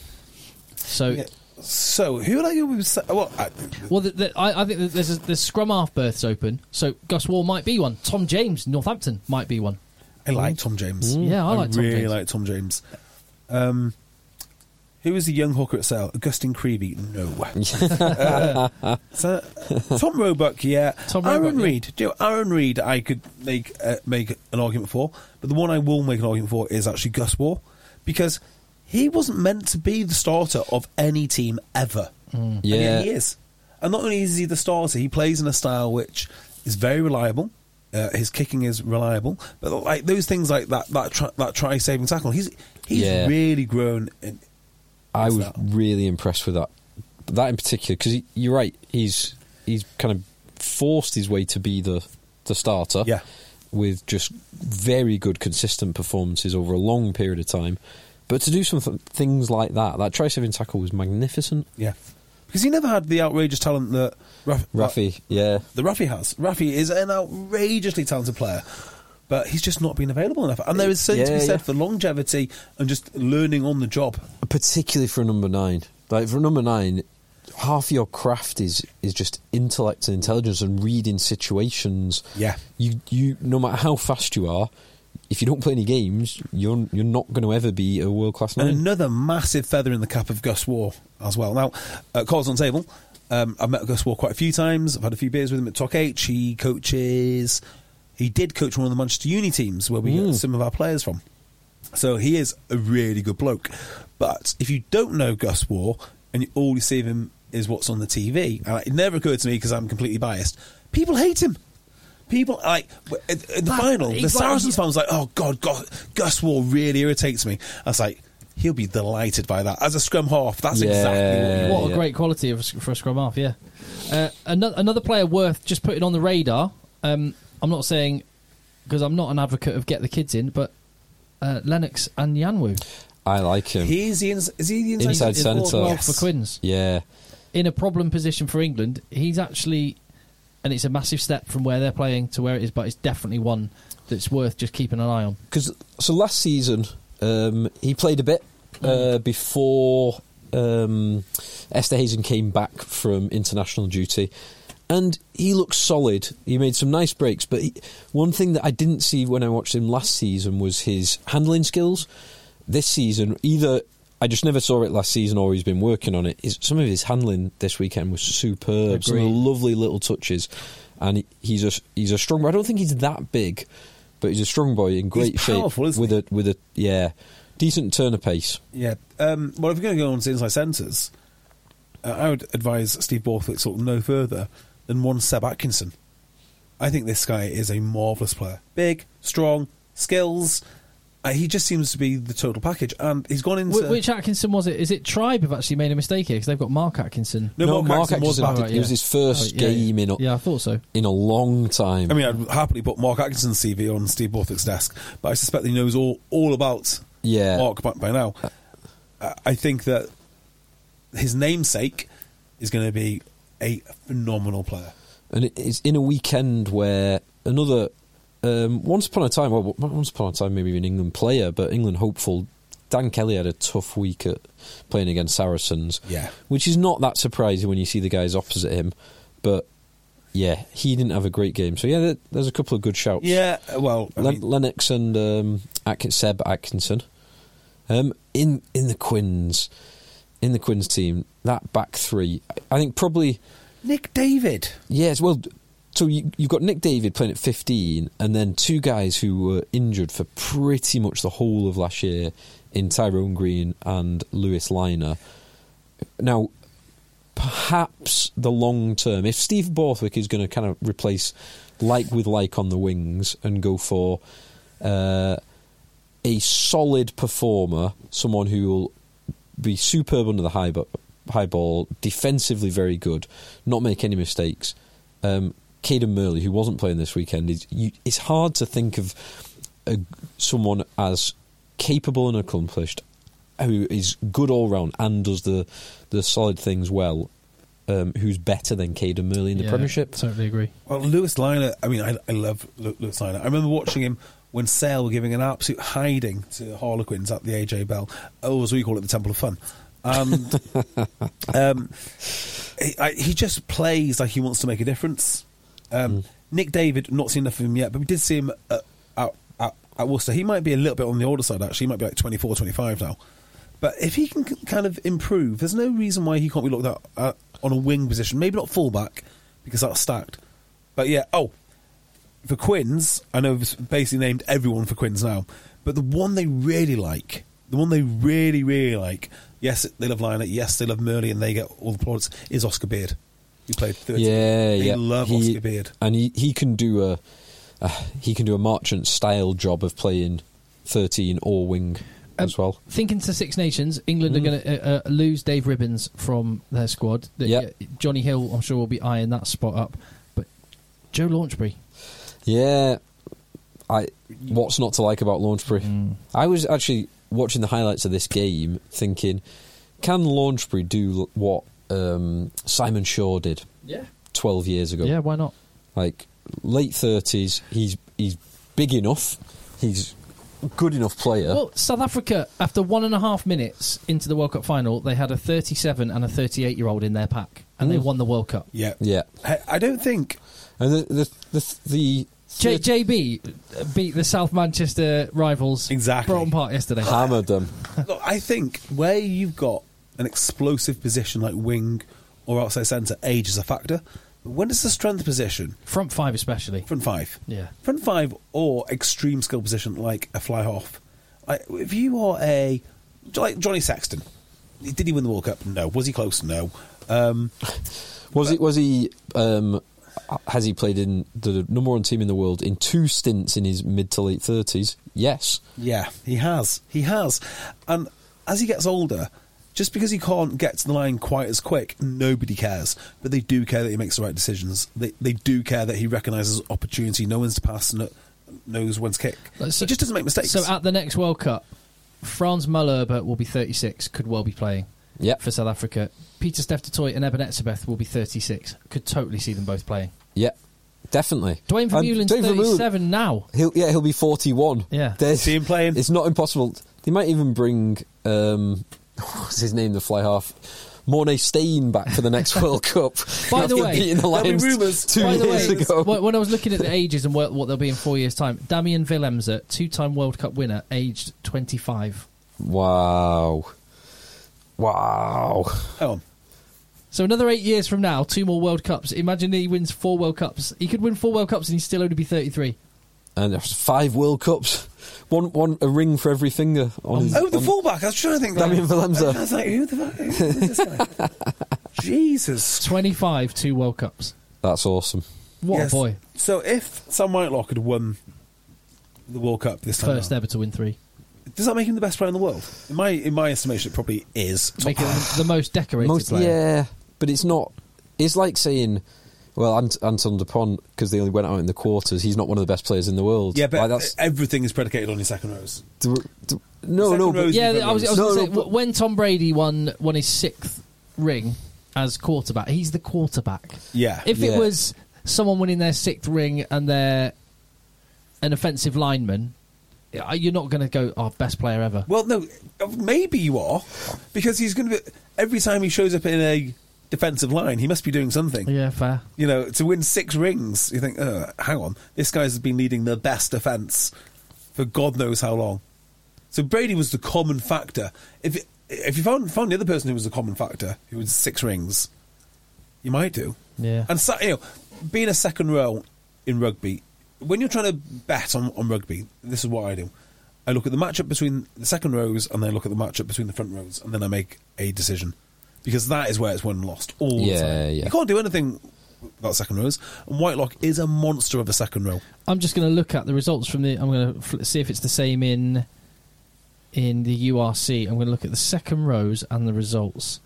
So, Yeah. So who are you? Well, I, well, the, the, I, I think that there's a, there's scrum half berths open. So Gus Wall might be one. Tom James, Northampton, might be one. I like Tom James. Mm. Yeah, I like Tom really James. like Tom James. Um, who was the young hooker at Sale? Augustine Creeby? No. Uh, so, Tom Roebuck, yeah. Tom Aaron Roebuck, yeah. Reed. Do you know, Aaron Reed, I could make uh, make an argument for, but the one I will make an argument for is actually Gus War, because he wasn't meant to be the starter of any team ever. And yet Yeah. he is. And not only is he the starter, he plays in a style which is very reliable. Uh, his kicking is reliable, but like those things like that that try, that try saving tackle, he's he's Yeah. really grown. In, I was that? really impressed with that. That in particular because you're right, he's he's kind of forced his way to be the the starter. Yeah. With just very good consistent performances over a long period of time. But to do some th- things like that, that try saving tackle was magnificent. yeah, because he never had the outrageous talent that Raf, Rafi, yeah. the Rafi has. Rafi is an outrageously talented player, but he's just not been available enough. And there is something to Yeah, be said yeah. for longevity and just learning on the job. particularly for a number nine. Like for a number nine, half your craft is is just intellect and intelligence and reading situations. Yeah. you you no matter how fast you are, if you don't play any games, you're you're not going to ever be a world class And nine. another massive feather in the cap of Gus War as well. Now, uh, cards on the table. Um, I've met Gus Wall quite a few times. I've had a few beers with him at Talk H. He coaches. He did coach one of the Manchester Uni teams where we get some of our players from. So he is a really good bloke. But if you don't know Gus War and you, all you see of him is what's on the TV, and it never occurred to me because I'm completely biased. People hate him. People like w- in in the But final, the he's like- Saracens fan was like, "Oh God, God, Gus War really irritates me." I was like, "He'll be delighted by that." As a scrum half, that's exactly what you Yeah, want. what a yeah. great quality of, a sc- for a scrum half, yeah. Uh, another, another player worth just putting on the radar. Um, I'm not saying because I'm not an advocate of get the kids in, but uh, Lennox and Yanwu I like him. He's the ins- is he the Inside centre. forward? Well, Yes. for Quinns yeah, in a problem position for England. He's actually, and it's a massive step from where they're playing to where it is, but it's definitely one that's worth just keeping an eye on. because so last season um, he played a bit uh, before um, Esther Hazen came back from international duty, and he looked solid. He made some nice breaks, but he, one thing that I didn't see when I watched him last season was his handling skills. This season, either I just never saw it last season, or he's been working on it. Is some of his handling this weekend was superb. Some of the Agreed. lovely little touches, and he, he's a he's a strong. I don't think he's that big, but he's a strong boy in great shape powerful, isn't with he? a with a yeah decent turn of pace. Yeah. Um, well, if you're going to go on to inside centres, uh, I would advise Steve Borthwick to look no further than one Seb Atkinson. I think this guy is a marvellous player. Big, strong, skills. Uh, he just seems to be the total package. And he's gone into. Wh- which Atkinson was it? Is it Tribe have actually made a mistake here because they've got Mark Atkinson? no, Mark, Atkinson was Atkinson back. did- it was his first Oh, yeah, game yeah. in a, Yeah, I thought so. in a long time. I mean, I'd happily put Mark Atkinson's CV on Steve Borthwick's desk, but I suspect he knows all, all about Yeah. Mark by, by now. I- I think that his namesake is going to be a phenomenal player. and it is in a weekend where another um, once upon a time, well, once upon a time, maybe an England player, but England hopeful. Dan Kelly had a tough week at playing against Saracens, Yeah. which is not that surprising when you see the guys opposite him. But yeah, he didn't have a great game. So yeah, there, there's a couple of good shouts. Yeah, well, I Len- mean, Lennox and um, Atkin- Seb Atkinson. Um, in in the Quins, in the Quins team, that back three, I- I think probably Nick David. Yes, well, so you, you've got Nick David playing at 15, and then two guys who were injured for pretty much the whole of last year in Tyrone Green and Lewis Liner. Now, perhaps the long term, if Steve Borthwick is going to kind of replace like with like on the wings and go for uh, a solid performer, someone who will be superb under the high, bu- high ball, defensively very good, not make any mistakes. Um, Caden Murley, who wasn't playing this weekend, is, you, it's hard to think of a, someone as capable and accomplished, who is good all round and does the, the solid things well, um, who's better than Caden Murley in the Yeah, Premiership. Totally agree. Well, Lewis Liner. I mean, I, I love Lu- Lewis Liner. I remember watching him when Sale were giving an absolute hiding to Harlequins at the AJ Bell, or as we call it, the Temple of Fun. Um, um, he, I, he just plays like he wants to make a difference. Um, Nick David, not seen enough of him yet, but we did see him at, at, at, at Worcester. He might be a little bit on the older side, actually. He might be like 24, 25 now. But if he can c- kind of improve, there's no reason why he can't be looked at uh, on a wing position. Maybe not fullback, because that's stacked. But yeah, oh, for Quins, I know I've basically named everyone for Quins now, but the one they really like, the one they really, really like, yes, they love Lionel, yes, they love Murley, and they get all the plaudits, is Oscar Beard. He played 30. Yeah, they yeah. love He- Oscar Beard. and he, he can do a uh, he can do a marchant style job of playing thirteen or wing as Um, well. Thinking to Six Nations, England are Mm. going to uh, uh, lose Dave Ribbons from their squad. The- Yep. uh, Johnny Hill, I'm sure, will be eyeing that spot up. But Joe Launchbury, Yeah, I what's not to like about Launchbury? Mm. I was actually watching the highlights of this game, thinking, can Launchbury do l- what um, Simon Shaw did? Yeah. twelve years ago. yeah, why not? like late thirties. He's he's big enough. He's good enough player. Well, South Africa, after one and a half minutes into the World Cup final, they had a 37 and a 38 year old in their pack, and Mm. they won the World Cup. Yeah. yeah, I, I don't think. and the the the, the J- JB beat the South Manchester rivals Exactly. Broughton Park yesterday. hammered them. Look, I think where you've got an explosive position like wing or outside centre, age is a factor. But when does the strength position, Front five, especially. front five, Yeah. front five or extreme skill position like a fly half, like if you are a like Johnny Sexton, did he win the World Cup? No. Was he close? No. Um, Was he? Was he? Um, has he played in the number one team in the world in two stints in his mid to late thirties? Yes. Yeah, he has. He has. And as he gets older, just because he can't get to the line quite as quick, nobody cares. But they do care that he makes the right decisions. They they do care that he recognises opportunity, knows when to pass, kn- knows when to kick. So- he just doesn't make mistakes. So at the next World Cup, Franz Malherbe will be 36, could well be playing Yep. for South Africa. Peter Steftotoy and Eben Etzebeth will be 36. Could totally see them both playing. Yeah. Definitely. Dwayne And Van Meulen's Dwayne Van Meulen- 37 now. He'll yeah he'll be forty one. Yeah. There's, See him playing. It's not impossible. They might even bring um, what's his name, the fly half, Mornay Stain back for the next World Cup. By the after way- beating the There'll be Lions rumours. two By By the years way, ago. wh- when I was looking at the ages and what, what they'll be in four years' time, Damien Willemser, two-time World Cup winner, aged 25. Wow. Wow. Hang on. So another eight years from now, two more World Cups. Imagine he wins four World Cups. He could win four World Cups and he'd still only be 33. And there's five World Cups. One one a ring for every finger on his Oh, the on- fullback. I was trying to think. Damien like, Willemser. I was like, who the fuck who is this guy? Jesus. 25, two World Cups. That's awesome. What Yes. a boy. So if Sam Whitelock had won the World Cup this time, First round, ever to win three. does that make him the best player in the world? In my in my estimation, it probably is. Top Make him the most decorated Most- player. yeah, but it's not. It's like saying, well, Ant- Anton Dupont because they only went out in the quarters. He's not one of the best players in the world. Yeah, but Like, that's everything is predicated on your second rows. d- d- no, Second no. But, rows- Yeah, I was, I was No, gonna no, say, but- when Tom Brady won won his sixth ring as quarterback, he's the quarterback. Yeah. If Yeah. it was someone winning their sixth ring and they're an offensive lineman, yeah, you're not going to go, "Oh, best player ever." well, no, maybe you are, because he's going to be every time he shows up in a defensive line, he must be doing something. yeah, fair. You know, to win six rings, you think, oh, hang on, this guy's been leading the best defense for God knows how long. So Brady was the common factor. If if you found found the other person who was the common factor, who was six rings, you might do. Yeah. And so, you know, being a second row in rugby, when you're trying to bet on, on rugby, this is what I do. I look at the matchup between the second rows and then I look at the matchup between the front rows and then I make a decision. Because that is where it's won and lost all Yeah, the time. yeah. You can't do anything about second rows. And Whitelock is a monster of a second row. I'm just going to look at the results from the. I'm going to fl- see if it's the same in in the URC. I'm going to look at the second rows and the results.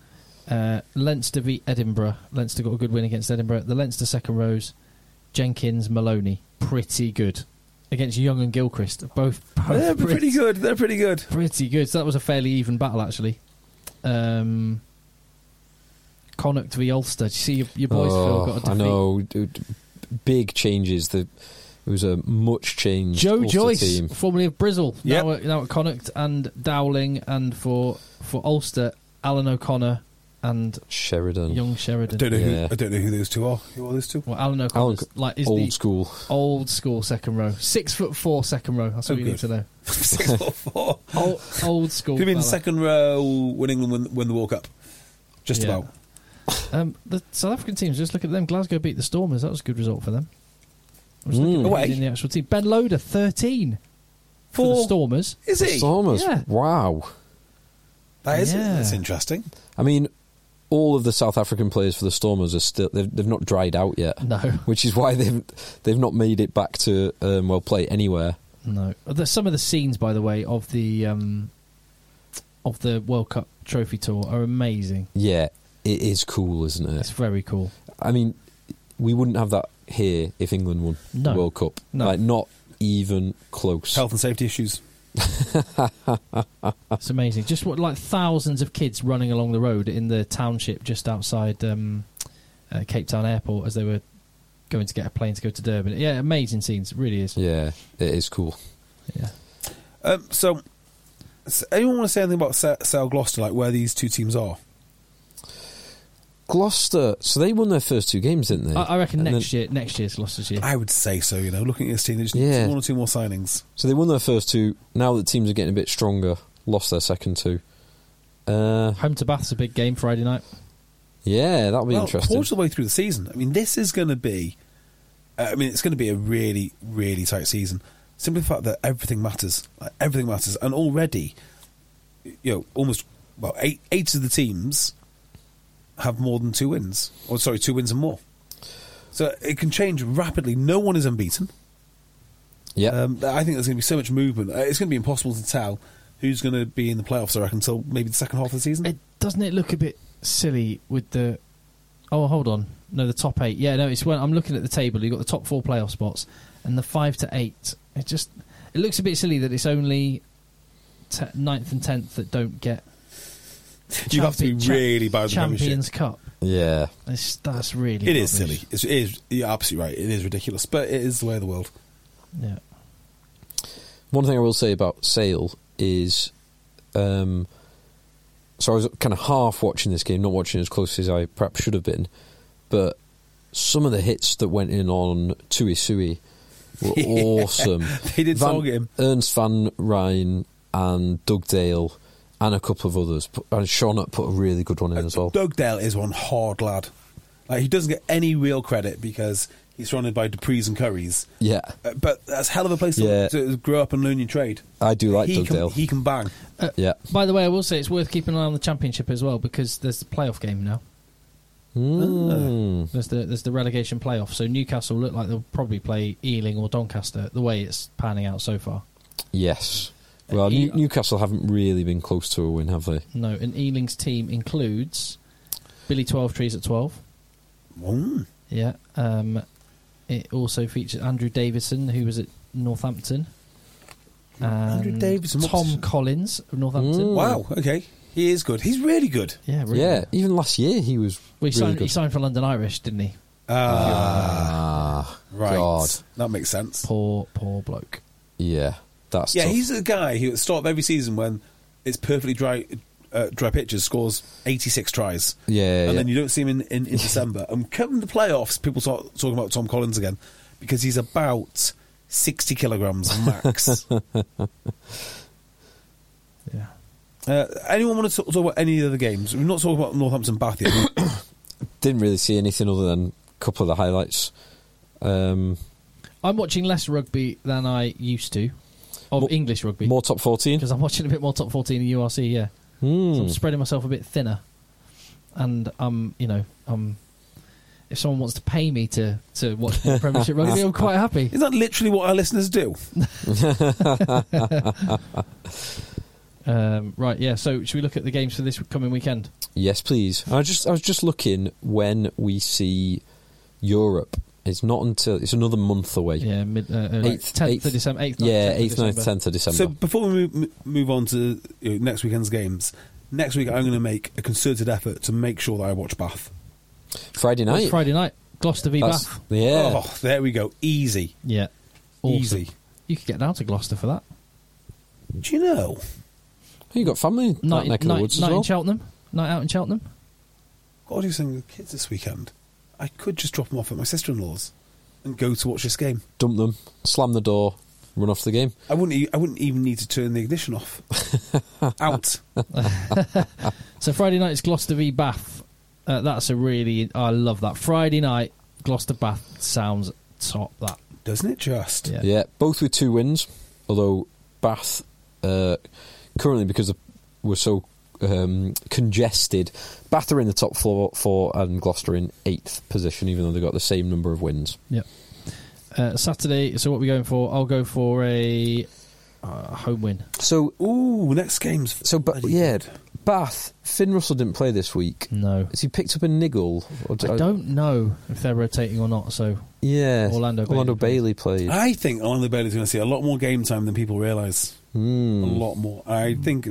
Uh, Leinster beat Edinburgh. Leinster got a good win against Edinburgh. The Leinster second rows, Jenkins, Maloney, pretty good against Young and Gilchrist. Both, both They're pretty, pretty good. They're pretty good. pretty good. So that was a fairly even battle actually. Um, Connacht v Ulster. Did you see your, your boys? Oh, Phil got a defeat. I know. dude, big changes. The it was a much changed Joe Ulster Joyce, team. formerly of Bristol, Yep. now, at, now at Connacht and Dowling, and for for Ulster, Alan O'Connor and Sheridan, young I Sheridan. don't know Yeah. who I don't know who those two are. Who are those two? Well, Alan Alan, O'Connor like is old the school. old school second row, six foot four second row. That's Oh, what you good. need to know. Six foot four. Old, old school. Could have been fella. second row when England win, win the World Cup. Just Yeah. about. Um, the South African teams. Just look at them. Glasgow beat the Stormers. That was a good result for them. I was Mm. looking at who's Away. in the actual team. Ben Loader, thirteen for, the Four. Stormers. Is he? Stormers. Yeah. Wow. That is Yeah. that's interesting. I mean, all of the South African players for the Stormers are still they've, they've not dried out yet. No. which is why they've they've not made it back to um, well play anywhere. No, There's some of the scenes, by the way, of the um, of the World Cup trophy tour are amazing. Yeah, it is cool, isn't It's it? very cool. I mean, we wouldn't have that here if England won No. the World Cup. No. Like not even close. Health and safety issues. It's amazing. Just what like thousands of kids running along the road in the township just outside um, uh, Cape Town Airport as they were going to get a plane to go to Durban. Yeah, amazing scenes. It really is. Yeah, it is cool. Yeah. Um, so, s anyone want to say anything about Sa- Sale Gloucester, like where these two teams are? Gloucester, so they won their first two games, didn't they? I, I reckon And then- next year, next year's Gloucester's year. I would say so. You know, looking at this team, they just need Yeah. one or two more signings. So they won their first two. Now that teams are getting a bit stronger, lost their second two. Uh, Home to Bath's a big game Friday night. Yeah, that'll be well, interesting. Quarter of the way through the season. I mean, this is going to be. uh, I mean, it's going to be a really, really tight season. Simply the fact that everything matters. Like, everything matters, and already, you know, almost well, eight eight of the teams have more than two wins, or sorry, two wins and more. So it can change rapidly. No one is unbeaten. Yeah, uh, Um, I think there's going to be so much movement. Uh, It's going to be impossible to tell who's going to be in the playoffs. I reckon until maybe the second half of the season. It, doesn't it look a bit silly with the? Oh, hold on. No, the top eight. Yeah, no, it's when I'm looking at the table. You have got the top four playoff spots and the five to eight. It just it looks a bit silly that it's only te- ninth and tenth that don't get. You have to be champi- cha- really bad at the Premiership. Champions Cup. yeah. It's, that's really It is silly. rubbish. It's, it is. You're absolutely right. It is ridiculous, but it is the way of the world. Yeah. One thing I will say about Sale is, um, so I was kind of half watching this game, not watching as close as I perhaps should have been, but some of the hits that went in on Tui Sui were awesome. They did Van- target him. Ernst Van Ryn and Doug Dale and a couple of others, Put- and Sean Up put a really good one in as well. Doug Dale is one hard lad. Like he doesn't get any real credit because he's surrounded by Duprees and Curries. Yeah, Uh, but that's a hell of a place Yeah. to, to grow up and learn your trade. I do like he Doug can, Dale. He can bang. yeah. By the way, I will say it's worth keeping an eye on the championship as well because there's the playoff game now. Ah. Mm. There's the there's the relegation playoff. So Newcastle look like they'll probably play Ealing or Doncaster the way it's panning out so far. Yes. Well, he- New- Newcastle haven't really been close to a win, have they? No, and Ealing's team includes Billy Twelve Trees at twelve. Mm. Yeah. Um, it also features Andrew Davidson, who was at Northampton. Andrew and Davidson, what Tom position? Collins of Northampton. Mm. Wow. Okay. He is good. He's really good. Yeah, really. Yeah, even last year he was Well, he, really signed, good. he signed for London Irish, didn't he? ah, Right. God. That makes sense. Poor, poor bloke. Yeah, that's Yeah, tough. he's the guy who at the start of every season when it's perfectly dry, uh, dry pitches scores 86 tries. Yeah, And yeah. then you don't see him in, in, in December. And come the playoffs, people start talking about Tom Collins again because he's about 60 kilograms max. Yeah. uh, anyone want to talk, talk about any other games? We're not talking about Northampton Bath yet. didn't really see anything other than a couple of the highlights. Um, I'm watching less rugby than I used to of More- English rugby more top fourteen. because I'm watching a bit more top 14 and URC. Yeah, Hmm. so I'm spreading myself a bit thinner, and um, you know, um, if someone wants to pay me to to watch more Premiership rugby, I'm quite happy. Is that literally what our listeners do? Um, right, yeah. So should we look at the games for this coming weekend? Yes, please. I just I was just looking when we see Europe. It's not until it's another month away. Yeah, mid uh, early- 10th of December. 8th, 9th, yeah, 10th of eighth, ninth, December. tenth of December. So before we move, move on to you know, next weekend's games, next week I'm going to make a concerted effort to make sure that I watch Bath. Friday Well, it's night. Friday night, Gloucester v That's- Bath. Yeah, Oh, there we go. Easy. Yeah, Awesome. Easy. You could get down to Gloucester for that. Do you know? you got family in Night, that neck of the night- woods night as well. in Cheltenham. Night out in Cheltenham. got to do something with the kids this weekend. I could just drop them off at my sister in law's and go to watch this game. Dump them, slam the door, run off the game. I wouldn't. E- I wouldn't even need to turn the ignition off. Out. So Friday night is Gloucester v Bath. Uh, that's a really I love that Friday night Gloucester Bath sounds top. That Doesn't it just? yeah. Yeah, both with two wins. Although Bath uh, currently, because of- we're so um, congested, Bath are in the top four, four, and Gloucester in eighth position, even though they got the same number of wins. Yep. Uh, Saturday. So what are we going for? I'll go for a uh, home win. So, Ooh, next game's so, but bloody yeah, good. Bath. Finn Russell didn't play this week. No, Has he picked up a niggle? Or d- uh, I don't know if they're rotating or not. So Yeah, Orlando Bailey Ah, Bailey, played. I think Orlando Bailey's going to see a lot more game time than people realise. Hmm. A lot more. I think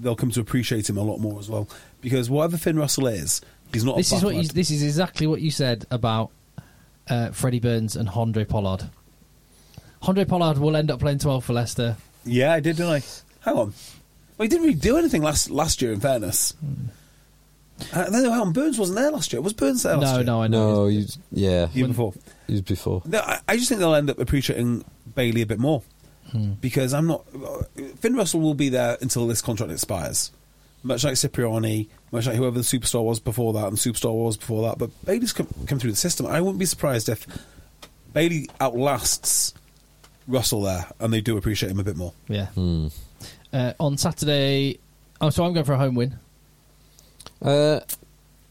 they'll come to appreciate him a lot more as well because whatever Finn Russell is, he's not. this a is Bath what you, lad. this is exactly what you said about uh, Freddie Burns and Andre Pollard. Andre Pollard will end up playing twelve for Leicester. Yeah, I did, didn't I? Hang on. Well, he didn't really do anything last last year, in fairness. Hmm. Uh, no, no, hang on. Burns wasn't there last year. Was Burns there last No, year? no, I know. No, you, yeah, Year before. he was before. No, I, I just think they'll end up appreciating Bailey a bit Hmm. uh, more because I'm not. Finn Russell will be there until this contract expires. much like Cipriani, much like whoever the superstar was before that, and superstar was before that. But Bailey's come, come through the system. I wouldn't be surprised if Bailey outlasts Russell there, and they do appreciate him a bit more. Yeah. hmm. Uh, on Saturday, oh, so I'm going for a home win. Uh,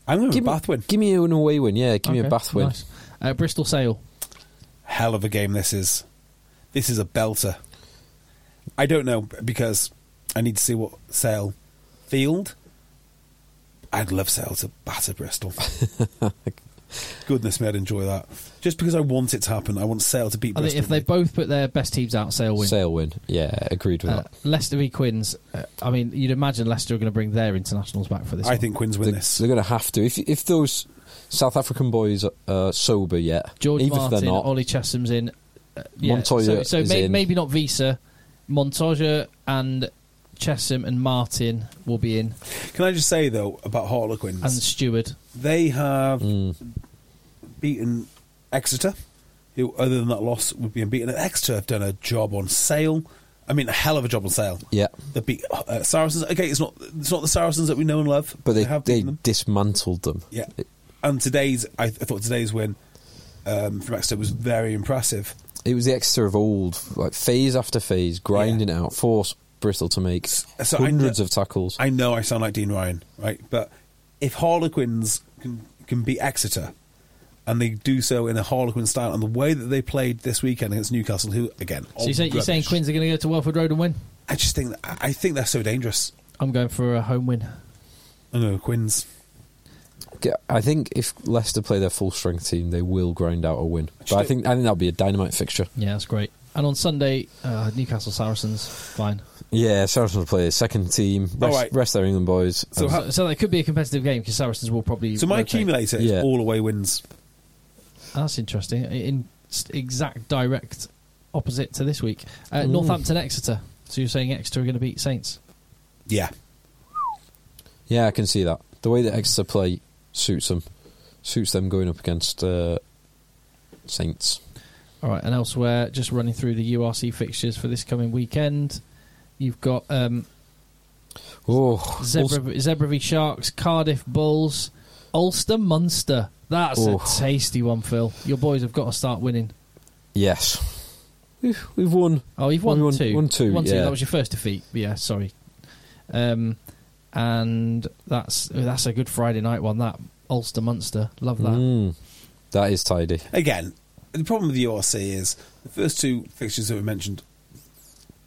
I'm going to give, me- Bath win. give me an away win. Yeah, give me a Oh, Okay, Bath win. nice. Uh, Bristol Sale. Hell of a game this is. This is a belter. I don't know because I need to see what Sale field. I'd love Sale to batter Bristol. Goodness me, I'd enjoy that. Just because I want it to happen, I want Sale to beat I think Bristol. if they both put their best teams out, Sale win. Sale win. Yeah, agreed with Uh, that. Leicester v Quins. Uh, I mean, you'd imagine Leicester are going to bring their internationals back for this. I one. think Quinns win They, this. are going to have to. If if those South African boys are uh, sober yet, George even Martin, if they're not, Ollie Chessum's in. Uh, yeah, Montoya So, so is may- in. maybe not Visa. Montoya and Chessum and Martin will be in, Can I just say though about Harlequins? and Stewart. they have Hmm. beaten Exeter, who, other than that loss, would be unbeaten. And Exeter have done a job on sale. I mean, a hell of a job on sale. Yeah. they beat uh, Saracens. Okay, it's not it's not the Saracens that we know and love, but they have they beaten them. dismantled them. Yeah, and today's I, I thought today's win um, from Exeter was very impressive. It was the Exeter of old, like phase after phase, grinding it out, force Bristol to make so I hundreds kn- of tackles. I know I sound like Dean Ryan, right? But if Harlequins can can beat Exeter, and they do so in a Harlequin style, and the way that they played this weekend against Newcastle, who again, So Oh, you say, are you're saying Quins are going to go to Welford Road and win? I just think that, I think they're so dangerous. I'm going for a home win. I know Quins. G- I think if Leicester play their full strength team, they will grind out a win. But I don't- think I think that'll be a dynamite fixture. Yeah, that's great. And on Sunday, uh, Newcastle Saracens. Fine. Yeah, Saracens will play their second team. Rest, All right. rest their England boys. So And- how- So, so that could be a competitive game because Saracens will probably. So my rotate. accumulator Yeah. is all away wins. That's interesting. In s- exact direct opposite to this week, uh, Northampton Exeter. So you're saying Exeter are going to beat Saints? Yeah, yeah, I can see that. The way that Exeter play suits them, suits them going up against uh, Saints. All right, and elsewhere, just running through the URC fixtures for this coming weekend. You've got um, Oh, Zebra, Ulster- Zebra v Sharks, Cardiff Bulls, Ulster Munster. That's Oh. a tasty one, Phil. Your boys have got to start winning. yes, we've, we've won. Oh, you've Well, won, we won- two. won two, yeah. That was your first defeat. Yeah, sorry. Um, and that's oh, that's a good Friday night one. That Ulster Munster, love that. Mm, that is tidy. again, the problem with the URC is the first two fixtures that were mentioned.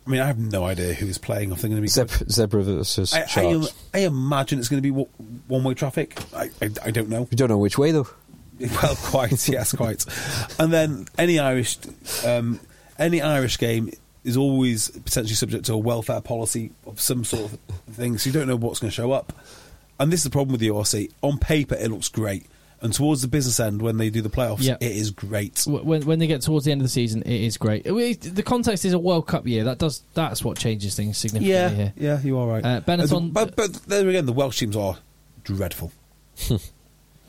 I mean, I have no idea who is playing. I think going to be Zeb- Zebra versus I, I, Sharks. I imagine it's going to be one way traffic. I, I, I don't know. we don't know which way though. Well, quite yes, quite. And then any Irish, um, any Irish game is always potentially subject to a welfare policy of some sort of thing. So you don't know what's going to show up. And this is the problem with the ORC. On paper, it looks great, and towards the business end, when they do the playoffs, Yeah. it is great. Wh- When, when they get towards the end of the season, it is great. We- The context is a World Cup year. That does that's what changes things significantly Yeah, here. yeah, you are right. Uh, Benetton- but, but there again, the Welsh teams are dreadful,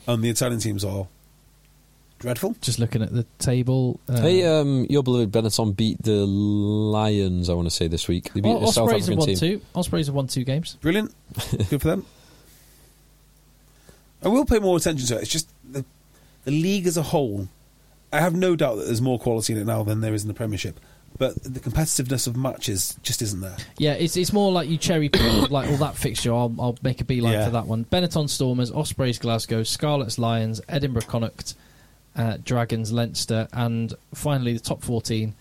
and the Italian teams are dreadful. Just looking at the table. Uh, hey, um, your beloved Benetton beat the Lions. I want to say this week they beat Os- a South Ospreys have African won team. two. Ospreys have won two games. Brilliant. Good for them. I will pay more attention to it. It's just the, the league as a whole. I have no doubt that there's more quality in it now than there is in the Premiership, but the competitiveness of matches just isn't there. Yeah, it's it's more like you cherry pick like all that fixture. I'll I'll make a beeline Yeah. for that one. Benetton Stormers, Ospreys Glasgow, Scarlets Lions, Edinburgh Connacht, uh, Dragons Leinster, and finally the top fourteen.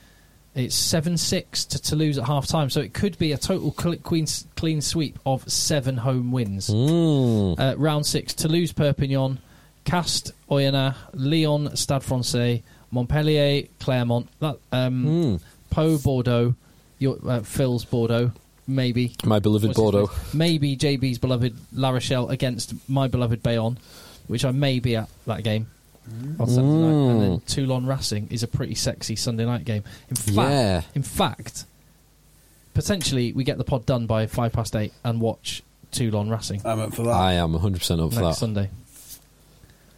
It's seven six to Toulouse at half time, so it could be a total cl- clean clean sweep of seven home wins. Mm. Uh, round six: Toulouse, Perpignan, Cast, Oyonnax, Lyon, Stade Français, Montpellier, Clermont, that, um, Hmm. Poe, Bordeaux, your, uh, Phil's Bordeaux, maybe. My beloved Uh, What's his Bordeaux. name? Maybe JB's beloved La Rochelle against my beloved Bayonne, which I may be at that game on Saturday night. And Hmm. then Toulon Racing is a pretty sexy Sunday night game. In fact, Yeah. in fact, potentially we get the pod done by five past eight and watch Toulon Racing I'm up for that. I am 100 percent up for next that. Sunday.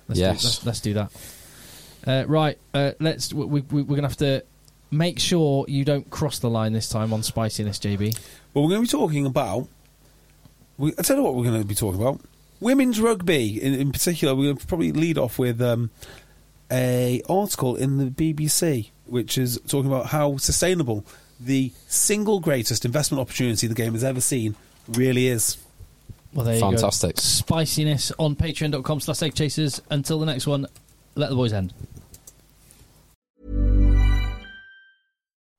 Let's Yes. do, let's, let's do that. Uh, right, uh, let's. We, we, we're gonna have to make sure you don't cross the line this time on spiciness, JB. Well, we're going to be talking about. We, I tell you what we're going to be talking about. Women's rugby, in, in particular, we're going to probably lead off with um, a article in the BBC, which is talking about how sustainable the single greatest investment opportunity the game has ever seen really is. Well, there you Fantastic. go. Spiciness on patreon.com slash eggchasers. Until the next one, let the boys end.